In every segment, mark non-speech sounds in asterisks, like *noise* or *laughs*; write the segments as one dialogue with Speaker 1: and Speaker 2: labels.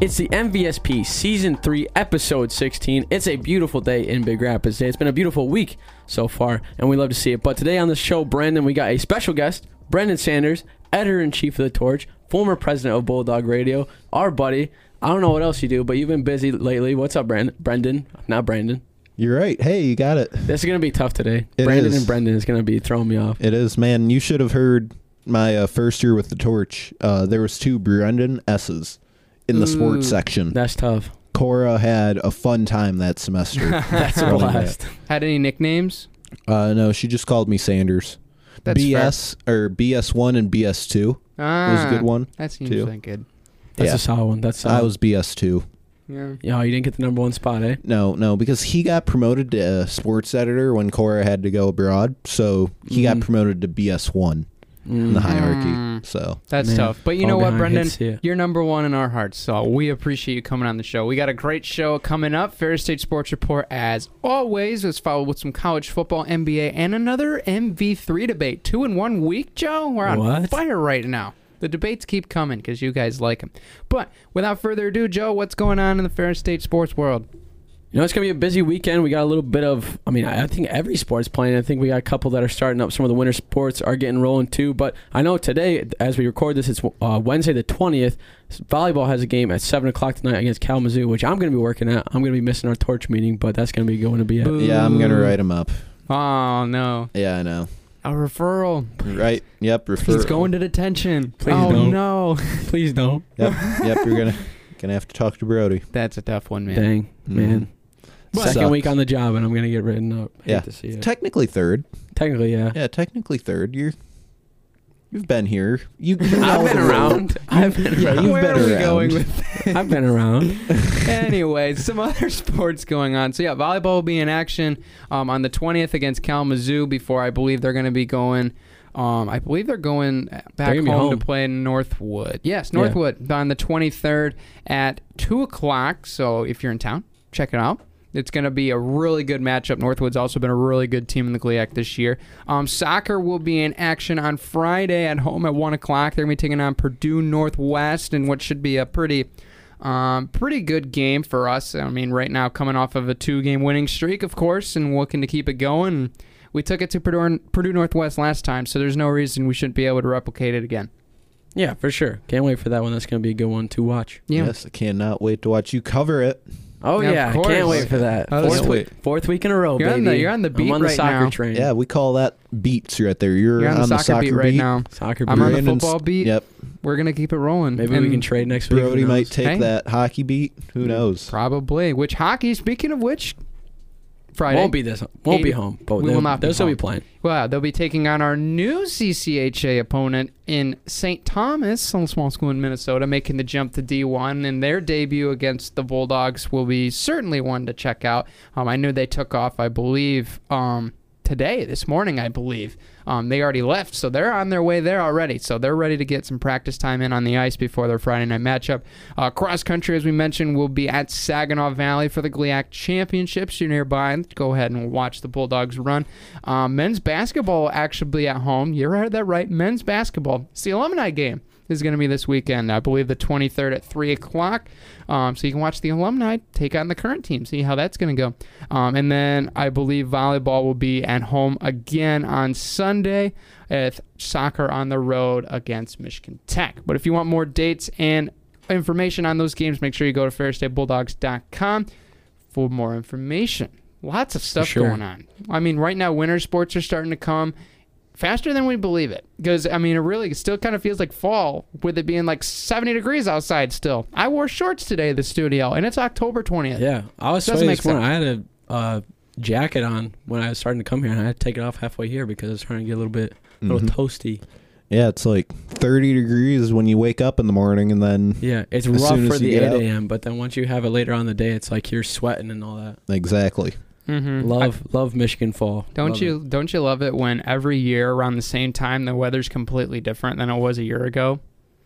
Speaker 1: It's the MVSP Season 3, Episode 16. It's a beautiful day in Big Rapids today. It's been a beautiful week so far, and we love to see it. But today on the show, Brandon, we got a special guest, Brendan Sanders, editor in chief of The Torch, former president of Bulldog Radio, our buddy. I don't know what else you do, but you've been busy lately. What's up, Brand- Brendan? Not Brandon.
Speaker 2: You're right. Hey, you got it.
Speaker 1: This is going to be tough today.
Speaker 2: It
Speaker 1: Brandon
Speaker 2: is.
Speaker 1: and Brendan is going to be throwing me off.
Speaker 2: It is, man. You should have heard my uh, first year with the torch. Uh, there was two Brendan S's in the sports section.
Speaker 1: That's
Speaker 3: *laughs*
Speaker 1: tough.
Speaker 2: Cora had a fun time that semester.
Speaker 1: That's a
Speaker 2: Running
Speaker 1: blast.
Speaker 3: Had any nicknames?
Speaker 2: Uh, no, she just called me Sanders.
Speaker 3: That's
Speaker 2: BS or BS one and BS two
Speaker 3: Ah, Uh-huh.
Speaker 2: was a good one.
Speaker 3: That seems
Speaker 2: too.
Speaker 3: like good.
Speaker 1: That's
Speaker 2: Yeah.
Speaker 1: a solid one. That's solid.
Speaker 2: I was BS two.
Speaker 3: Yeah.
Speaker 1: Yo, you didn't get the number one spot, eh?
Speaker 2: No, no, because he got promoted to uh, sports editor when Cora had to go abroad, so he
Speaker 1: Mhm.
Speaker 3: Mm-hmm.
Speaker 2: got promoted to BS one in the
Speaker 1: Mm.
Speaker 2: hierarchy.
Speaker 3: Mm.
Speaker 2: So
Speaker 3: That's
Speaker 1: Man,
Speaker 3: tough. But you
Speaker 1: fall
Speaker 3: know what,
Speaker 1: behind
Speaker 3: Brendan?
Speaker 1: hits you.
Speaker 3: You're number one in our hearts, so we appreciate you coming on the show. We got a great show coming up. Ferris State Sports Report, as always, is followed with some college football, NBA, and another MV3 debate. Two in one week, Joe? We're on
Speaker 1: What?
Speaker 3: fire right now. The debates keep coming because you guys like them. But without further ado, Joe, what's going on in the Ferris State sports world?
Speaker 1: You know, it's going to be a busy weekend. We got a little bit of, I mean, I I think every sport's playing. I think we got a couple that are starting up. Some of the winter sports are getting rolling too. But I know today, as we record this, it's uh, Wednesday the 20th. Volleyball has a game at 7 o'clock tonight against Kalamazoo, which I'm going to be working at. I'm going to be missing our torch meeting, but that's going to be going to be at.
Speaker 2: yeah, I'm gonna write him up.
Speaker 3: Oh, no.
Speaker 2: Yeah, I know.
Speaker 3: A referral.
Speaker 2: Right? Yep. Refer.
Speaker 3: He's going to detention.
Speaker 1: Please
Speaker 3: oh,
Speaker 1: don't.
Speaker 3: no.
Speaker 1: Please don't.
Speaker 2: Yep, *laughs* yep. You're gonna gonna have to talk to Brody.
Speaker 3: *laughs* That's a tough one, *laughs* man.
Speaker 1: Dang, man.
Speaker 2: Mm-hmm. But-
Speaker 1: Second
Speaker 2: Sucks.
Speaker 1: week on the job, and I'm going to get written up. Hate
Speaker 2: Yeah.
Speaker 1: to see it.
Speaker 2: Technically third.
Speaker 1: Technically, yeah.
Speaker 2: Yeah, technically third. You're you've been here. You,
Speaker 3: *laughs*
Speaker 2: you know
Speaker 1: I've been
Speaker 2: the role.
Speaker 1: around. I've been
Speaker 2: *laughs* Yeah,
Speaker 1: around.
Speaker 2: you've
Speaker 3: Where
Speaker 2: been
Speaker 3: are we
Speaker 2: around.
Speaker 3: going with
Speaker 1: I've been around.
Speaker 3: anyway, some other *laughs* sports going on. So yeah, volleyball will be in action um, on the twentieth against Kalamazoo. Before I believe they're going to be going. Um, I believe they're going back
Speaker 1: gonna
Speaker 3: home,
Speaker 1: be home.
Speaker 3: to play Northwood. Yes,
Speaker 1: Yeah.
Speaker 3: Northwood on the twenty third at two o'clock. So if you're in town, check it out. It's going to be a really good matchup. Northwood's also been a really good team in the GLIAC this year. Um, soccer will be in action on Friday at home at 1 o'clock. They're going to be taking on Purdue Northwest in what should be a pretty um, pretty good game for us. I mean, right now coming off of a two-game winning streak, of course, and looking to keep it going. We took it to Purdue, Purdue Northwest last time, so there's no reason we shouldn't be able to replicate it again.
Speaker 1: Yeah, for sure. Can't wait for that one. That's going to be a good one to watch.
Speaker 3: Yeah.
Speaker 2: Yes, I cannot wait to watch you cover it.
Speaker 1: Oh
Speaker 3: Yeah, of
Speaker 1: yeah, I
Speaker 3: course.
Speaker 1: can't wait for that.
Speaker 3: Oh,
Speaker 1: fourth,
Speaker 2: that's
Speaker 1: week, fourth week in a row,
Speaker 3: You're
Speaker 1: baby.
Speaker 3: on the- you're on the beat
Speaker 1: I'm on the
Speaker 3: right
Speaker 1: soccer
Speaker 3: now.
Speaker 1: train.
Speaker 2: Yeah, we call that beats right there. You're,
Speaker 3: You're on the soccer, beat right now.
Speaker 1: soccer.
Speaker 3: I'm
Speaker 1: beat.
Speaker 3: on the
Speaker 2: Brandon's-
Speaker 3: football beat.
Speaker 2: Yep.
Speaker 3: We're gonna keep it rolling.
Speaker 1: Maybe we
Speaker 3: And
Speaker 1: can trade next week.
Speaker 2: Brody
Speaker 1: who
Speaker 2: might
Speaker 1: knows?
Speaker 2: take
Speaker 3: Hey.
Speaker 2: that hockey beat. Who knows?
Speaker 3: Probably. Which hockey? Speaking of which, Friday
Speaker 1: Won't be this. Won't be
Speaker 3: Eight-
Speaker 1: home. But
Speaker 3: we
Speaker 1: they'll,
Speaker 3: will not be
Speaker 1: they'll still be
Speaker 3: home.
Speaker 1: playing.
Speaker 3: Well, they'll be taking on our new CCHA opponent in St. Thomas, a small school in Minnesota, making the jump to D1. And their debut against the Bulldogs will be certainly one to check out. Um, I know they took off, I believe, um, today, this morning, I believe. Um, they already left, so they're on their way there already. So they're ready to get some practice time in on the ice before their Friday night matchup. Uh, cross country, as we mentioned, will be at Saginaw Valley for the GLIAC Championships. You're nearby. Go ahead and watch the Bulldogs run. Um, men's basketball actually at home. You heard that right. Men's basketball. It's the alumni game. Is going to be this weekend, I believe, the 23rd at 3 o'clock. Um, so you can watch the alumni take on the current team, see how that's going to go. Um, and then I believe volleyball will be at home again on Sunday with soccer on the road against Michigan Tech. But if you want more dates and information on those games, make sure you go to fairstatebulldogs.com for more information. Lots of stuff
Speaker 1: sure.
Speaker 3: going on. I mean, right now, winter sports are starting to come faster than we believe it. Because, I mean, it really still kind of feels like fall with it being like 70 degrees outside still. I wore shorts today at the studio, and it's October 20th.
Speaker 1: Yeah, I was sweating
Speaker 3: Doesn't make
Speaker 1: this morning. I had a uh,
Speaker 2: Mm-hmm.
Speaker 1: jacket on when I was starting to come here, and I had to take it off halfway here because I was trying to get a little bit, a little toasty.
Speaker 2: Yeah, it's like 30 degrees when you wake up in the morning, and then
Speaker 1: Yeah, it's
Speaker 2: As
Speaker 1: rough
Speaker 2: soon
Speaker 1: for
Speaker 2: as
Speaker 1: the
Speaker 2: you
Speaker 1: 8
Speaker 2: get out.
Speaker 1: a.m., but then once you have it later on in the day, it's like you're sweating and all that.
Speaker 2: exactly.
Speaker 3: Mm-hmm.
Speaker 1: Love, love Michigan fall.
Speaker 3: Don't
Speaker 1: Love
Speaker 3: you don't you love it when every year around the same time the weather's completely different than it was a year ago?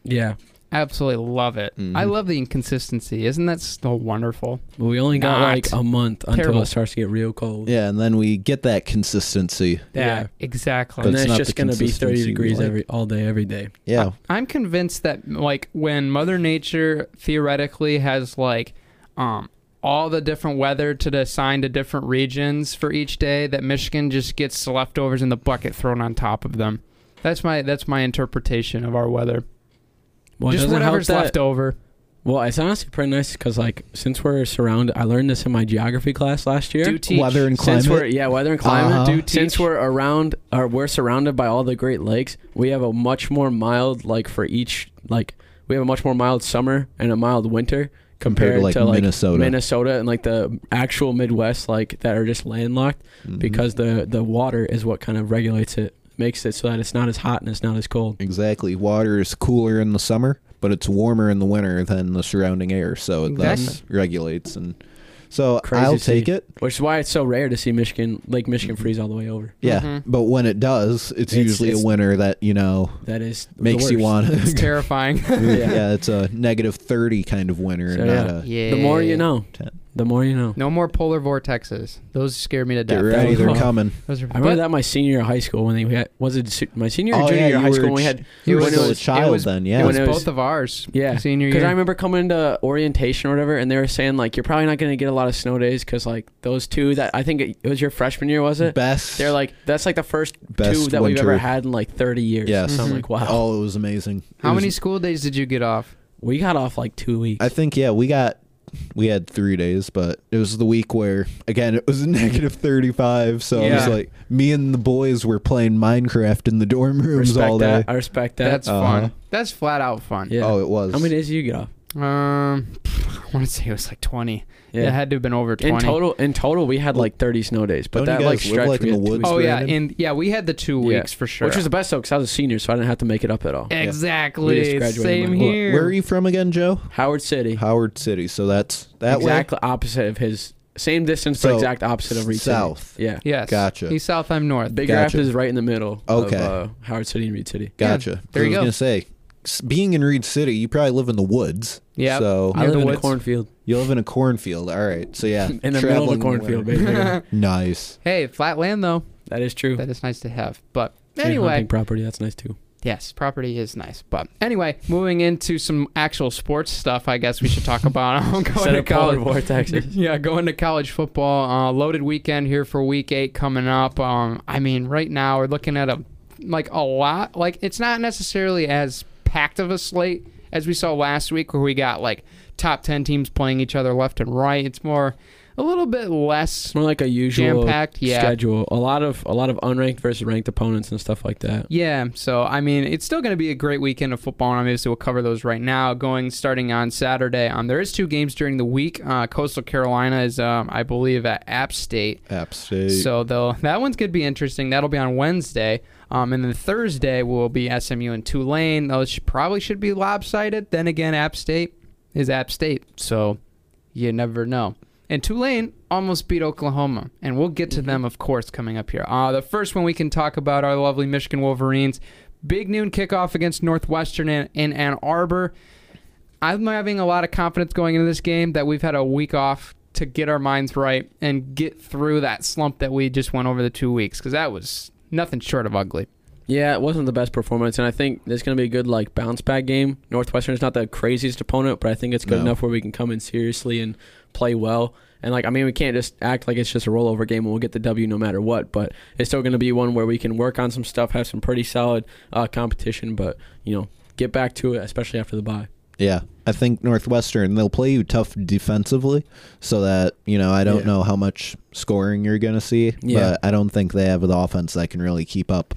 Speaker 1: it. Yeah,
Speaker 3: Absolutely love it. I
Speaker 2: Mhm.
Speaker 1: Mm-hmm.
Speaker 3: love the inconsistency. Isn't that so wonderful?
Speaker 1: but we only got
Speaker 3: Not.
Speaker 1: like a month until
Speaker 3: Terrible.
Speaker 1: it starts to get real cold.
Speaker 2: Yeah, and then we get that consistency.
Speaker 1: Yeah.
Speaker 3: exactly.
Speaker 1: and
Speaker 2: That's
Speaker 1: then it's
Speaker 2: not
Speaker 1: just
Speaker 2: the
Speaker 1: gonna be 30
Speaker 2: consistency we
Speaker 1: degrees
Speaker 2: like.
Speaker 1: every all day, every day.
Speaker 2: Yeah,
Speaker 3: I'm convinced that like when Mother Nature theoretically has like um all the different weather to assign to different regions for each day, that Michigan just gets the leftovers in the bucket thrown on top of them. That's my that's my interpretation of our weather.
Speaker 1: Well, it
Speaker 3: just
Speaker 1: doesn't help
Speaker 3: whatever's
Speaker 1: that-
Speaker 3: left over.
Speaker 1: Well, it's honestly pretty nice because like since we're surrounded, I learned this in my geography class last year.
Speaker 3: Do teach.
Speaker 2: weather and
Speaker 1: since we're
Speaker 2: climate.
Speaker 1: yeah weather and climate
Speaker 2: Uh-huh.
Speaker 3: Do teach.
Speaker 1: since we're around or we're surrounded by all the great lakes we have a much more mild like for each like we have a much more mild summer and a mild winter compared,
Speaker 2: Compared to, like, Minnesota.
Speaker 1: Minnesota and like the actual Midwest like that are just landlocked
Speaker 2: Mhm.
Speaker 1: because the the water is what kind of regulates it makes it so that it's not as hot and it's not as cold
Speaker 2: exactly, water is cooler in the summer, but it's warmer in the winter than the surrounding air, so it thus
Speaker 3: Exactly.
Speaker 2: regulates. And so
Speaker 1: Crazy
Speaker 2: I'll
Speaker 1: to see.
Speaker 2: take it.
Speaker 1: which is why it's so rare to see Michigan Lake Michigan
Speaker 2: Mm-hmm.
Speaker 1: freeze all the way over
Speaker 2: Yeah,
Speaker 3: Mhm.
Speaker 2: but when it does, it's,
Speaker 1: It's-
Speaker 2: usually
Speaker 1: it's-
Speaker 2: a winter that you know
Speaker 1: that is the
Speaker 2: makes you
Speaker 1: worst.
Speaker 2: want *laughs*
Speaker 1: *laughs*
Speaker 3: It's
Speaker 2: to.
Speaker 3: terrifying.
Speaker 1: Yeah.
Speaker 2: yeah. it's a negative thirty kind of winter,
Speaker 1: So,
Speaker 2: and not a
Speaker 3: yeah.
Speaker 1: the more you know
Speaker 2: Ten.
Speaker 1: the more you know
Speaker 3: No more polar vortexes. Those scare me to
Speaker 2: get
Speaker 3: death.
Speaker 2: ready, they're coming.
Speaker 3: Those are,
Speaker 1: I remember
Speaker 3: but
Speaker 1: that my senior year of high school when they we had was it se- my senior or
Speaker 2: Oh,
Speaker 1: junior
Speaker 2: yeah,
Speaker 1: year of
Speaker 2: you
Speaker 1: high
Speaker 2: were
Speaker 1: school when we
Speaker 2: ch-
Speaker 1: had
Speaker 2: You
Speaker 3: It
Speaker 2: were
Speaker 3: was-
Speaker 2: still a
Speaker 3: it
Speaker 2: child
Speaker 3: was-
Speaker 2: then,
Speaker 3: it
Speaker 2: yeah.
Speaker 3: was
Speaker 1: when it was-
Speaker 3: both of ours.
Speaker 1: yeah
Speaker 3: Senior
Speaker 1: because
Speaker 3: year.
Speaker 1: I remember coming to orientation or whatever and they were saying like you're probably not gonna get a lot of snow days because like those two that I think it, it was your freshman year was it
Speaker 2: Best.
Speaker 1: they're like that's like the first
Speaker 2: Best
Speaker 1: two that we've
Speaker 2: winter.
Speaker 1: ever had in like 30 years
Speaker 2: Yes.
Speaker 1: so I'm
Speaker 3: Mhm.
Speaker 1: like wow
Speaker 2: Oh, it was amazing.
Speaker 3: How
Speaker 2: It was-
Speaker 3: many school days did you get off?
Speaker 1: we got off like two weeks
Speaker 2: I think yeah, we got we had three days, but it was the week where again it was *laughs* negative thirty five, so it was
Speaker 3: Yeah.
Speaker 2: like me and the boys were playing Minecraft in the dorm rooms
Speaker 1: respect
Speaker 2: all day.
Speaker 1: that I respect that
Speaker 3: That's
Speaker 2: Uh-huh.
Speaker 3: fun. That's flat out fun.
Speaker 1: yeah
Speaker 2: Oh, it was.
Speaker 1: how many days did you get off
Speaker 3: Um, *sighs* I want to say it was like 20.
Speaker 1: yeah,
Speaker 3: It had to have been over 20.
Speaker 1: in total in total we had like 30 snow days but
Speaker 2: Don't
Speaker 1: that
Speaker 2: you
Speaker 1: like
Speaker 2: guys live,
Speaker 1: stretch
Speaker 2: like,
Speaker 1: we
Speaker 2: in
Speaker 1: had
Speaker 2: the
Speaker 1: two
Speaker 2: woods?
Speaker 1: weeks.
Speaker 3: Oh yeah,
Speaker 2: Brandon?
Speaker 3: and yeah, we had the two
Speaker 1: Yeah.
Speaker 3: weeks for sure.
Speaker 1: Oh,
Speaker 3: *laughs*
Speaker 1: which was the best though because I was a senior so I didn't have to make it up at all We just
Speaker 3: exactly
Speaker 1: graduated
Speaker 3: same
Speaker 1: Monday.
Speaker 2: Wh-
Speaker 3: here.
Speaker 2: Where are you from again, Joe?
Speaker 1: Howard City
Speaker 2: Howard City. So that's that
Speaker 1: exactly opposite of his same distance, but
Speaker 2: So,
Speaker 1: exact opposite of
Speaker 2: way.
Speaker 1: Reed City.
Speaker 2: South.
Speaker 1: Yeah,
Speaker 3: Yes.
Speaker 2: Gotcha.
Speaker 3: He's south. I'm north.
Speaker 1: Big
Speaker 2: Gotcha.
Speaker 1: Rapids is right in the middle.
Speaker 2: Okay.
Speaker 1: Of, uh, Howard City and Reed City.
Speaker 2: Gotcha.
Speaker 3: there
Speaker 2: I
Speaker 3: you
Speaker 2: was
Speaker 3: go.
Speaker 2: gonna say, s- being in Reed City, you probably live in the woods.
Speaker 3: Yep.
Speaker 2: So
Speaker 1: I
Speaker 3: Near
Speaker 1: live
Speaker 3: the
Speaker 1: in a
Speaker 3: woods.
Speaker 1: cornfield
Speaker 2: you live in a cornfield. All right. So yeah,
Speaker 1: *laughs* in the middle of
Speaker 2: traveling
Speaker 1: a
Speaker 2: the
Speaker 1: cornfield,
Speaker 2: winter.
Speaker 1: basically.
Speaker 2: *laughs* Nice.
Speaker 3: hey, flat land though.
Speaker 1: that is true.
Speaker 3: That is nice to have. But
Speaker 1: And hunting
Speaker 3: anyway,
Speaker 1: property that's nice
Speaker 3: *laughs*
Speaker 1: too.
Speaker 3: yes, property is nice. But anyway, moving into some actual sports stuff. I guess we should talk about. *laughs* I'm going
Speaker 1: Instead
Speaker 3: to
Speaker 1: of polar
Speaker 3: college.
Speaker 1: vortexes.
Speaker 3: *laughs* Yeah, going to college football. Uh, loaded weekend here for week eight coming up. Um, I mean, right now we're looking at a like a lot. Like it's not necessarily as packed of a slate as we saw last week, where we got like top ten teams playing each other left and right. It's more a little bit less.
Speaker 1: It's more like a usual
Speaker 3: Jam-packed, yeah.
Speaker 1: schedule. A lot of a lot of unranked versus ranked opponents and stuff like that.
Speaker 3: Yeah, so I mean, it's still going to be a great weekend of football, and obviously we'll cover those right now. Going starting on Saturday, um, there is two games during the week. Uh, Coastal Carolina is, um, I believe, at App State.
Speaker 2: App State.
Speaker 3: So though that one's gonna be interesting. That'll be on Wednesday. Um, and then Thursday will be SMU and Tulane. Those should, probably should be lopsided. Then again, App State is App State, so you never know. And Tulane almost beat Oklahoma, and we'll get to them, of course, coming up here. Uh, the first one we can talk about our lovely Michigan Wolverines. Big noon kickoff against Northwestern in, in Ann Arbor. I'm having a lot of confidence going into this game that we've had a week off to get our minds right and get through that slump that we just went over the two weeks because that was nothing short of ugly.
Speaker 1: Yeah, it wasn't the best performance, and I think there's going to be a good like bounce back game. Northwestern's not the craziest opponent, but I think it's good
Speaker 2: No.
Speaker 1: enough where we can come in seriously and play well. And like, I mean, we can't just act like it's just a rollover game and we'll get the W no matter what. But it's still going to be one where we can work on some stuff, have some pretty solid uh, competition, but you know, get back to it, especially after the bye.
Speaker 2: Yeah, I think Northwestern they'll play you tough defensively, so that you know I don't
Speaker 1: Yeah.
Speaker 2: know how much scoring you're gonna see,
Speaker 1: Yeah.
Speaker 2: but I don't think they have the offense that can really keep up.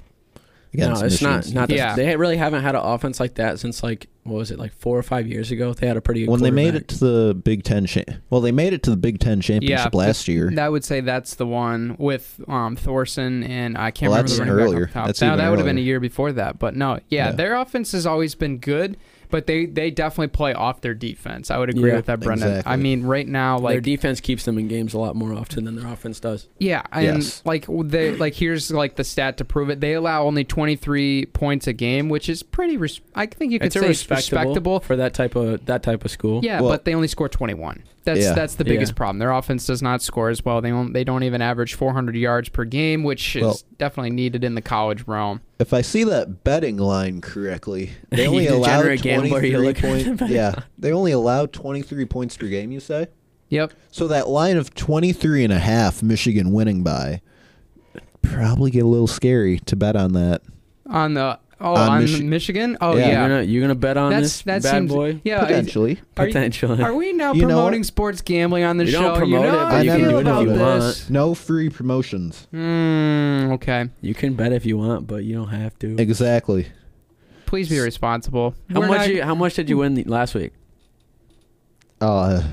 Speaker 2: against
Speaker 1: no, it's not.
Speaker 2: Michigan
Speaker 1: Not
Speaker 2: State.
Speaker 1: that
Speaker 3: Yeah.
Speaker 1: they really haven't had an offense like that since like what was it like four or five years ago? They had a pretty good
Speaker 2: when they made
Speaker 1: quarterback.
Speaker 2: it to the Big Ten. Cha- well, they made it to the Big Ten
Speaker 3: Yeah,
Speaker 2: championship last year.
Speaker 3: I would say that's the one with um, Thorson and I can't
Speaker 2: Well,
Speaker 3: remember the
Speaker 2: that's
Speaker 3: running back
Speaker 2: earlier.
Speaker 3: off the top.
Speaker 2: That's
Speaker 3: Now,
Speaker 2: even
Speaker 3: that would have been a
Speaker 2: earlier.
Speaker 3: year before that, but no, yeah,
Speaker 2: Yeah.
Speaker 3: their offense has always been good, but they they definitely play off their defense. I would agree
Speaker 1: Yeah.
Speaker 3: with that, Brendan.
Speaker 2: Exactly.
Speaker 3: I mean, right now,
Speaker 1: their
Speaker 3: like
Speaker 1: defense keeps them in games a lot more often than their offense does.
Speaker 3: Yeah, and
Speaker 2: Yes.
Speaker 3: like they like here's like the stat to prove it. They allow only 23 points a game, which is pretty. Res- I think you could
Speaker 1: It's a
Speaker 3: say it's
Speaker 1: respectable,
Speaker 3: respectable.
Speaker 1: for that type of that type of school.
Speaker 3: Yeah,
Speaker 2: Well-
Speaker 3: but they only score 21. That's
Speaker 2: Yeah.
Speaker 3: that's the
Speaker 1: Yeah.
Speaker 3: biggest problem. Their offense does not score as well. They don't they don't even average 400 yards per game, which is
Speaker 2: Well-
Speaker 3: definitely needed in the college realm.
Speaker 2: If I see that betting
Speaker 1: *laughs*
Speaker 2: line correctly, they
Speaker 1: You
Speaker 2: only allow
Speaker 1: degenerate gambler, you
Speaker 2: twenty-three
Speaker 1: look at the
Speaker 2: points.
Speaker 1: betting
Speaker 2: Yeah, they only allow twenty-three points per game. You say?
Speaker 3: Yep.
Speaker 2: So that line of 23 and a half Michigan winning by probably get a little scary to bet on that.
Speaker 3: On the oh
Speaker 2: On
Speaker 3: on,
Speaker 2: Michi-
Speaker 3: Michigan. Oh
Speaker 2: Yeah.
Speaker 3: yeah.
Speaker 1: You're gonna you're gonna bet on
Speaker 3: that's
Speaker 1: this
Speaker 3: that
Speaker 1: bad
Speaker 3: seems
Speaker 1: boy
Speaker 3: yeah. is-
Speaker 2: Potentially.
Speaker 3: are you-
Speaker 1: potentially.
Speaker 3: Are we now
Speaker 2: You know
Speaker 3: promoting
Speaker 2: what?
Speaker 3: sports gambling on the
Speaker 1: You
Speaker 3: show?
Speaker 1: don't promote
Speaker 3: you
Speaker 1: it,
Speaker 3: know
Speaker 1: but
Speaker 3: how I
Speaker 2: you can
Speaker 3: feel
Speaker 2: do it if
Speaker 3: about
Speaker 2: you
Speaker 1: want.
Speaker 3: this.
Speaker 2: No free promotions.
Speaker 3: Mm, okay.
Speaker 1: you can bet if you want, but you don't have to.
Speaker 2: Exactly.
Speaker 3: Please be responsible.
Speaker 1: How
Speaker 3: We're
Speaker 1: much?
Speaker 3: not-
Speaker 1: you,
Speaker 3: *laughs*
Speaker 1: how much did you win the, last week?
Speaker 2: Uh,
Speaker 3: *laughs*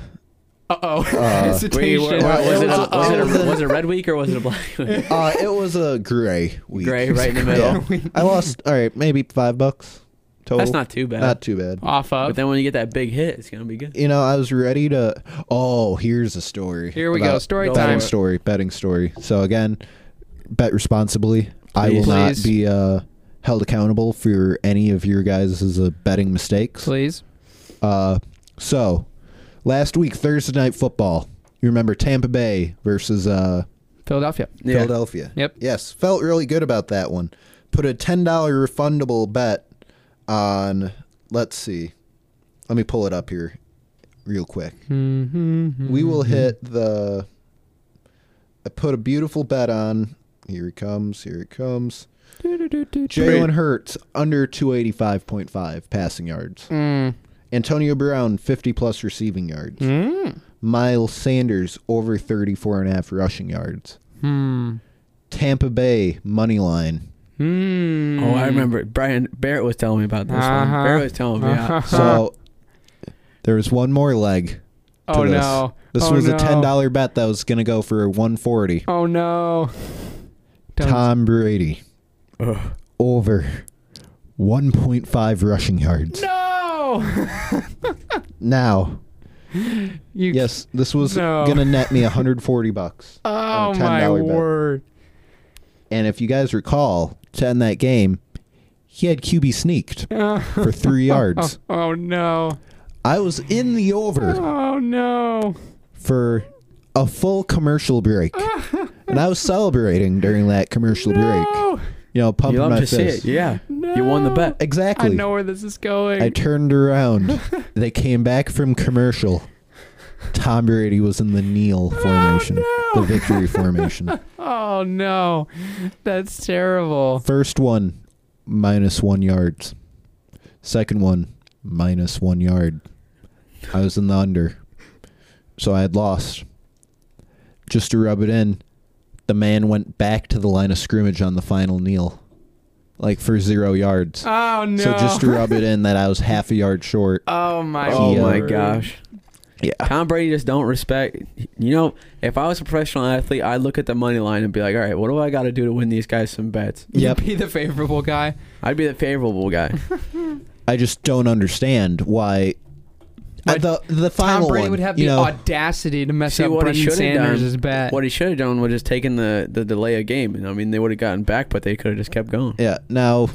Speaker 3: Uh-oh.
Speaker 1: Uh, Wait, wha-
Speaker 3: Hesitation. Uh,
Speaker 1: wha-
Speaker 2: Well,
Speaker 1: was,
Speaker 2: it
Speaker 1: it,
Speaker 2: was-
Speaker 1: a- was, it
Speaker 2: it was
Speaker 1: a,
Speaker 2: an-
Speaker 1: was it a red week or was it a
Speaker 3: *laughs*
Speaker 1: black week?
Speaker 2: uh, it was a gray week.
Speaker 1: Gray, right in the middle.
Speaker 2: Yeah.
Speaker 1: *laughs*
Speaker 2: I lost, all right, maybe five bucks total.
Speaker 1: That's not too bad.
Speaker 2: Not too bad.
Speaker 3: Off up.
Speaker 1: but then when you get that big hit, it's gonna be good.
Speaker 2: You know, I was ready to. Oh, here's a story.
Speaker 3: Here we go.
Speaker 2: about
Speaker 3: Story
Speaker 1: Go
Speaker 2: Betting
Speaker 3: time.
Speaker 1: for it.
Speaker 2: story. Betting story. So again, bet responsibly. I will
Speaker 1: Please.
Speaker 2: not
Speaker 3: Please.
Speaker 2: be uh, held accountable for any of your guys' uh, betting mistakes.
Speaker 3: Please.
Speaker 2: Uh, so, last week, Thursday night football. You remember Tampa Bay versus uh,
Speaker 3: Philadelphia.
Speaker 1: Yeah.
Speaker 2: Philadelphia.
Speaker 3: Yep.
Speaker 2: Yes, felt really good about that one. Put a ten dollar refundable bet on. Let's see. Let me pull it up here, real quick. We will
Speaker 3: Mm-hmm.
Speaker 2: hit the. I put a beautiful bet on. Here he comes. Here he comes. Jalen Hurts under 285.5 passing yards.
Speaker 3: Mm.
Speaker 2: Antonio Brown 50 plus receiving yards.
Speaker 3: Mm-hmm.
Speaker 1: Mm-hmm.
Speaker 2: Miles Sanders over 34 and a half rushing yards.
Speaker 3: Hmm.
Speaker 2: Tampa Bay money line.
Speaker 3: Hmm.
Speaker 1: Oh, I remember. Brian Barrett was telling me about this
Speaker 3: Uh-huh.
Speaker 1: one. Barrett was telling me. Oh, *laughs* Yeah.
Speaker 2: So there was one more leg. to
Speaker 3: *laughs* Oh
Speaker 2: this.
Speaker 3: no.
Speaker 2: This
Speaker 3: Oh,
Speaker 2: was
Speaker 3: no.
Speaker 2: a ten dollar bet that was gonna go for 140.
Speaker 3: Oh no. Don't-
Speaker 2: Tom Brady
Speaker 1: Ugh.
Speaker 2: over 1.5 rushing yards.
Speaker 3: No.
Speaker 2: Now,
Speaker 3: *laughs* You.
Speaker 2: yes, this was
Speaker 3: No.
Speaker 2: gonna net me 140 bucks.
Speaker 3: Oh
Speaker 2: a
Speaker 3: my
Speaker 2: $10 bet.
Speaker 3: word. *laughs*
Speaker 2: And if you guys recall, to end that game, he had QB sneaked for
Speaker 3: *laughs*
Speaker 2: three yards.
Speaker 3: Oh no.
Speaker 2: I was in the over
Speaker 3: Oh no.
Speaker 2: for a full commercial break. And I was celebrating during that commercial break.
Speaker 3: No.
Speaker 2: You know,
Speaker 1: You
Speaker 2: pumping
Speaker 1: love
Speaker 2: my
Speaker 1: to see
Speaker 2: fist.
Speaker 1: it. Yeah. You won the
Speaker 3: No.
Speaker 1: bet.
Speaker 3: I
Speaker 2: Exactly.
Speaker 3: know where this is going. *laughs*
Speaker 2: I turned around. they came back from commercial. Tom Brady was in the kneel formation, the victory
Speaker 3: *laughs*
Speaker 2: formation.
Speaker 3: oh no. That's terrible.
Speaker 2: First one, minus one yards. Second one, minus one yard. I was in the under. So I had lost. Just to rub it in, the man went back to the line of scrimmage on the final kneel, like for zero yards.
Speaker 3: Oh no.
Speaker 2: So just to rub it in that I was half a yard short.
Speaker 3: Oh my.
Speaker 1: Oh
Speaker 2: He, uh,
Speaker 1: my
Speaker 3: word.
Speaker 1: gosh.
Speaker 2: Yeah.
Speaker 1: Tom Brady just don't respect. You know, if I was a professional athlete, I'd look at the money line and be like, all right, what do I got to do to win these guys some bets?
Speaker 2: Yep.
Speaker 3: Be the favorable guy.
Speaker 1: I'd be the favorable
Speaker 3: *laughs*
Speaker 1: guy.
Speaker 2: I just don't understand why. Uh,
Speaker 3: Why
Speaker 2: the the
Speaker 3: Tom
Speaker 2: final
Speaker 3: Brady
Speaker 2: one,
Speaker 3: would have
Speaker 2: you
Speaker 3: the
Speaker 2: know,
Speaker 3: audacity to mess
Speaker 1: See,
Speaker 3: up
Speaker 1: what he
Speaker 3: Brendan
Speaker 1: should have done.
Speaker 3: Sanders' bet.
Speaker 1: What he should have done was just taken the, the delay of game. And I mean, they would have gotten back, but they could have just kept
Speaker 3: *laughs*
Speaker 1: going.
Speaker 2: Yeah. Now,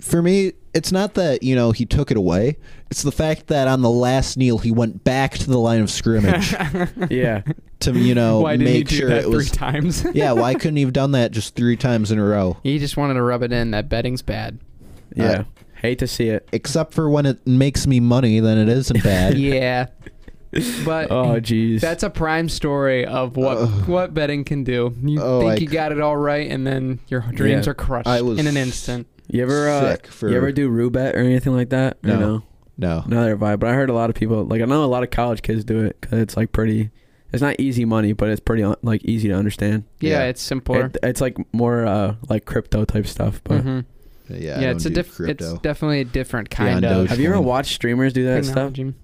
Speaker 2: for me, it's not that you know he took it away. It's the fact that on the last kneel he went back to the line of
Speaker 3: *laughs*
Speaker 2: scrimmage
Speaker 1: yeah.
Speaker 2: to you know
Speaker 3: Why didn't he
Speaker 2: Oh, make
Speaker 3: do
Speaker 2: sure
Speaker 3: that
Speaker 2: it
Speaker 3: three
Speaker 2: was.
Speaker 3: times? *laughs*
Speaker 2: yeah. Why couldn't he have done that just three times in a row?
Speaker 3: he just wanted to rub it in that betting's
Speaker 2: *laughs*
Speaker 3: bad.
Speaker 1: Yeah.
Speaker 2: Uh,
Speaker 1: Hate to see it.
Speaker 2: Except for when it makes me money, then it isn't bad.
Speaker 3: *laughs* yeah. But
Speaker 1: Oh, jeez.
Speaker 3: Uh, that's a prime story of what
Speaker 2: Ugh.
Speaker 3: what betting can do. You
Speaker 2: Oh,
Speaker 3: think
Speaker 2: I
Speaker 3: you
Speaker 2: c-
Speaker 3: got it all right and then your dreams
Speaker 1: Yeah.
Speaker 3: are crushed
Speaker 2: I was
Speaker 3: in an instant.
Speaker 1: You ever uh,
Speaker 2: sick for-
Speaker 1: you ever do roulette or anything like that? Or
Speaker 2: No.
Speaker 1: no.
Speaker 2: No.
Speaker 1: Another vibe. But I heard a lot of people like I know a lot of college kids do it because it's like pretty. It's not easy money, but it's pretty uh, like easy to understand.
Speaker 3: Yeah,
Speaker 2: Yeah.
Speaker 3: it's simpler.
Speaker 2: Mm-hmm.
Speaker 1: It- it's like more uh, like crypto type stuff, but
Speaker 3: Mhm.
Speaker 2: Yeah, I
Speaker 3: Yeah,
Speaker 2: don't
Speaker 3: it's a
Speaker 2: do
Speaker 3: diff-
Speaker 2: crypto.
Speaker 3: It's definitely a different kind
Speaker 2: Yeah, I know.
Speaker 3: of
Speaker 1: Have you ever
Speaker 2: Dogecoin.
Speaker 1: watched streamers do that stuff?
Speaker 3: technology.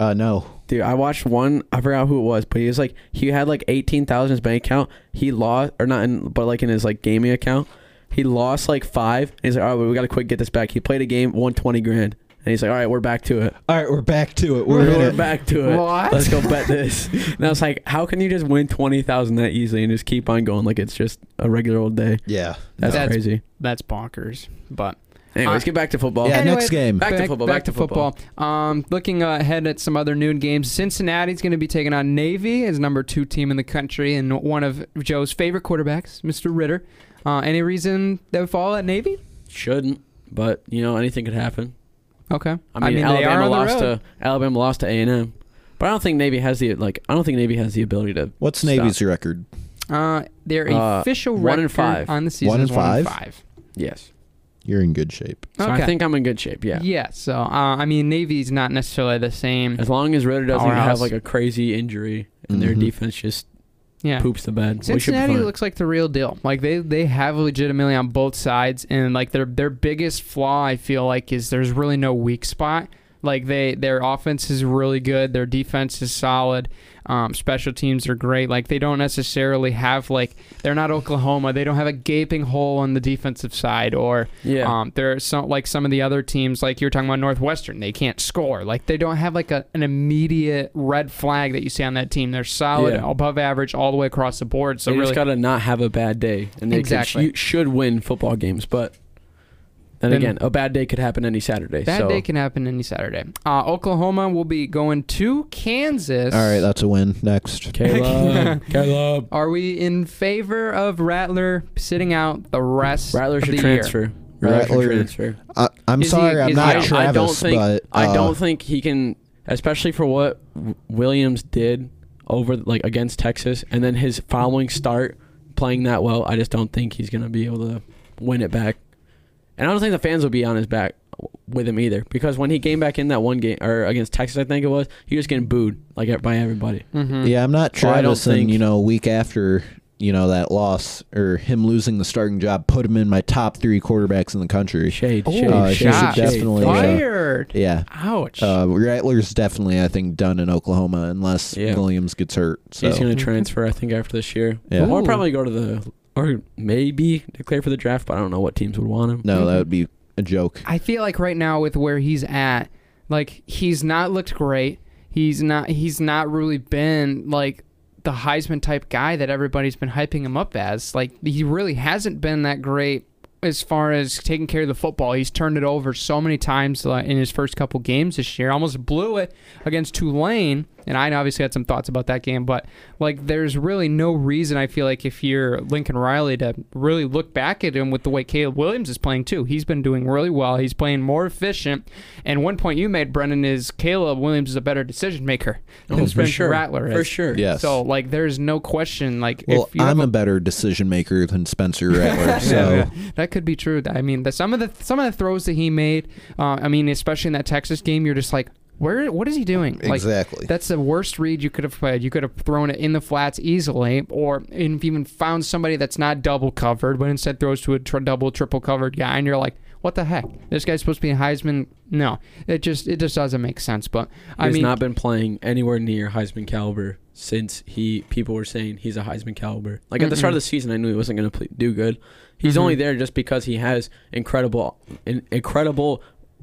Speaker 2: uh, no.
Speaker 1: Dude, I watched one. I forgot who it was, but he was like he had like eighteen thousand in his bank account. He lost, or not, in, but like in his like gaming account, he lost like five. And he's like, all right, we got to quick get this back. He played a game, won twenty grand, and he's like, all right, we're back to it.
Speaker 2: All right, we're back to it. We're,
Speaker 1: We're,
Speaker 2: in
Speaker 1: we're
Speaker 2: it.
Speaker 1: back to it.
Speaker 3: What?
Speaker 1: Let's go bet this. *laughs* And I was like, how can you just win twenty thousand that easily and just keep on going like it's just a regular old day?
Speaker 2: Yeah.
Speaker 1: That's,
Speaker 3: That's-
Speaker 1: crazy.
Speaker 3: *laughs* That's bonkers. But
Speaker 1: Anyways,
Speaker 3: I-
Speaker 1: let's get back to football.
Speaker 2: Yeah,
Speaker 3: Anyway,
Speaker 2: next game.
Speaker 1: back to football, back to
Speaker 3: Um, looking ahead at some other noon games, Cincinnati's going to be taking on Navy as number two team in the country and one of Joe's favorite quarterbacks, Mr. Ritter. Uh, any reason they would fall at Navy?
Speaker 1: Shouldn't, but you know anything could happen.
Speaker 3: Okay.
Speaker 1: I mean, Alabama
Speaker 3: they are on the
Speaker 1: lost
Speaker 3: road.
Speaker 1: to Alabama lost to A and M, but I don't think Navy has the like. I don't think Navy has the ability to.
Speaker 2: What's
Speaker 1: Stop.
Speaker 2: Navy's record?
Speaker 3: Uh, their
Speaker 1: Uh,
Speaker 3: official
Speaker 1: one and
Speaker 3: record
Speaker 1: five.
Speaker 3: on the season
Speaker 2: One
Speaker 3: is
Speaker 2: and
Speaker 3: one and
Speaker 2: five?
Speaker 3: five.
Speaker 1: Yes.
Speaker 2: You're in good shape.
Speaker 1: So I
Speaker 3: Okay.
Speaker 1: think I'm in good shape. Yeah.
Speaker 3: Yeah. So uh, I mean, Navy's not necessarily the same.
Speaker 1: As long as Ritter doesn't
Speaker 3: Powerhouse. Mm-hmm.
Speaker 1: have like a crazy injury and their
Speaker 2: Mhm.
Speaker 1: defense just
Speaker 3: Yeah.
Speaker 1: poops the bed, we should be
Speaker 3: Cincinnati
Speaker 1: fine.
Speaker 3: looks like the real deal. Like they they have legitimately on both sides, and like their their biggest flaw I feel like is there's really no weak spot. Like they their offense is really good, their defense is solid, um, special teams are great. Like they don't necessarily have like they're not Oklahoma. They don't have a gaping hole on the defensive side or
Speaker 1: Yeah.
Speaker 3: um, there are some like some of the other teams, like you were talking about Northwestern, they can't score. Like they don't have like a, an immediate red flag that you see on that team. They're solid,
Speaker 1: Yeah.
Speaker 3: above average, all the way across the board. So
Speaker 1: they
Speaker 3: really,
Speaker 1: just gotta not have a bad day, and they could-
Speaker 3: Exactly.
Speaker 1: you should win football games. But then,
Speaker 3: Then-
Speaker 1: again, a bad day could happen any Saturday.
Speaker 3: that
Speaker 1: so
Speaker 3: day can happen any Saturday. Uh, Oklahoma will be going to Kansas.
Speaker 2: All right, that's a win. Next.
Speaker 1: Caleb,
Speaker 3: *laughs*
Speaker 1: Caleb,
Speaker 3: are we in favor of Rattler sitting out the rest?
Speaker 1: Rattler
Speaker 3: of
Speaker 1: should
Speaker 3: the Year?
Speaker 1: transfer. Rattler should
Speaker 2: Rattler-
Speaker 1: transfer.
Speaker 2: I, I'm
Speaker 3: Is he-
Speaker 2: sorry, I'm
Speaker 3: is
Speaker 2: not
Speaker 3: he-
Speaker 1: I-
Speaker 2: Travis,
Speaker 1: I don't think
Speaker 2: but
Speaker 1: I
Speaker 2: uh,
Speaker 1: don't think he can, especially for what W- Williams did over like against Texas, and then his following start playing that well. I just don't think he's gonna be able to win it back, and I don't think the fans will be on his back w- with him either. Because when he came back in that one game or against Texas, I think it was, he was getting booed like by everybody.
Speaker 3: Mhm.
Speaker 2: Yeah, I'm not
Speaker 1: Well, I don't
Speaker 2: Travis. and
Speaker 1: think-
Speaker 2: you know, week after you know that loss or him losing the starting job put him in my top three quarterbacks in the country.
Speaker 1: Shade,
Speaker 3: Oh,
Speaker 1: shade,
Speaker 3: uh,
Speaker 1: shade,
Speaker 3: shot.
Speaker 1: shade.
Speaker 2: Definitely, uh,
Speaker 3: Fired.
Speaker 2: Yeah,
Speaker 3: Ouch.
Speaker 2: uh, Rattler's definitely I think done in Oklahoma unless
Speaker 1: Yeah.
Speaker 2: Williams gets hurt. So
Speaker 1: He's gonna
Speaker 3: Mhm.
Speaker 1: transfer, I think, after this year,
Speaker 2: Yeah.
Speaker 1: or
Speaker 3: Ooh.
Speaker 1: probably go to the or maybe declare for the draft. But I don't know what teams would want him.
Speaker 2: no, that would be a joke.
Speaker 3: I feel like right now with where he's at, like he's not looked great. He's not he's not really been like the Heisman type guy that everybody's been hyping him up as. Like he really hasn't been that great as far as taking care of the football. He's turned it over so many times uh, in his first couple games this year. Almost blew it against Tulane, and I obviously had some thoughts about that game, but like there's really no reason I feel like if you're Lincoln Riley to really look back at him with the way Caleb Williams is playing too. He's been doing really well. He's playing more efficient. And one point you made, Brendan, is Caleb Williams is a better decision maker
Speaker 1: Oh,
Speaker 3: than
Speaker 1: for
Speaker 3: Spencer
Speaker 1: sure.
Speaker 3: Rattler is.
Speaker 1: for sure.
Speaker 2: Yes.
Speaker 3: So like there's no question like
Speaker 2: well,
Speaker 3: if you have
Speaker 2: I'm
Speaker 3: a
Speaker 2: a better decision maker than
Speaker 1: *laughs*
Speaker 2: Spencer Rattler. so
Speaker 3: yeah, yeah. that could be true. I mean, the, some of the some of the throws that he made. Uh, I mean, especially in that Texas game, you're just like, where? What is he doing? Like,
Speaker 2: exactly.
Speaker 3: that's the worst read you could have played. You could have thrown it in the flats easily, or if you even found somebody that's not double covered, but instead throws to a tri- double, triple covered guy, and you're like, what the heck? This guy's supposed to be a Heisman. No, it just it just doesn't make sense. But I
Speaker 1: He's
Speaker 3: mean,
Speaker 1: not been playing anywhere near Heisman caliber since he. People were saying he's a Heisman caliber. Like at the start of the season, I knew he wasn't going to do good. He's
Speaker 3: Mhm.
Speaker 1: only there just because he has incredible, in, incredible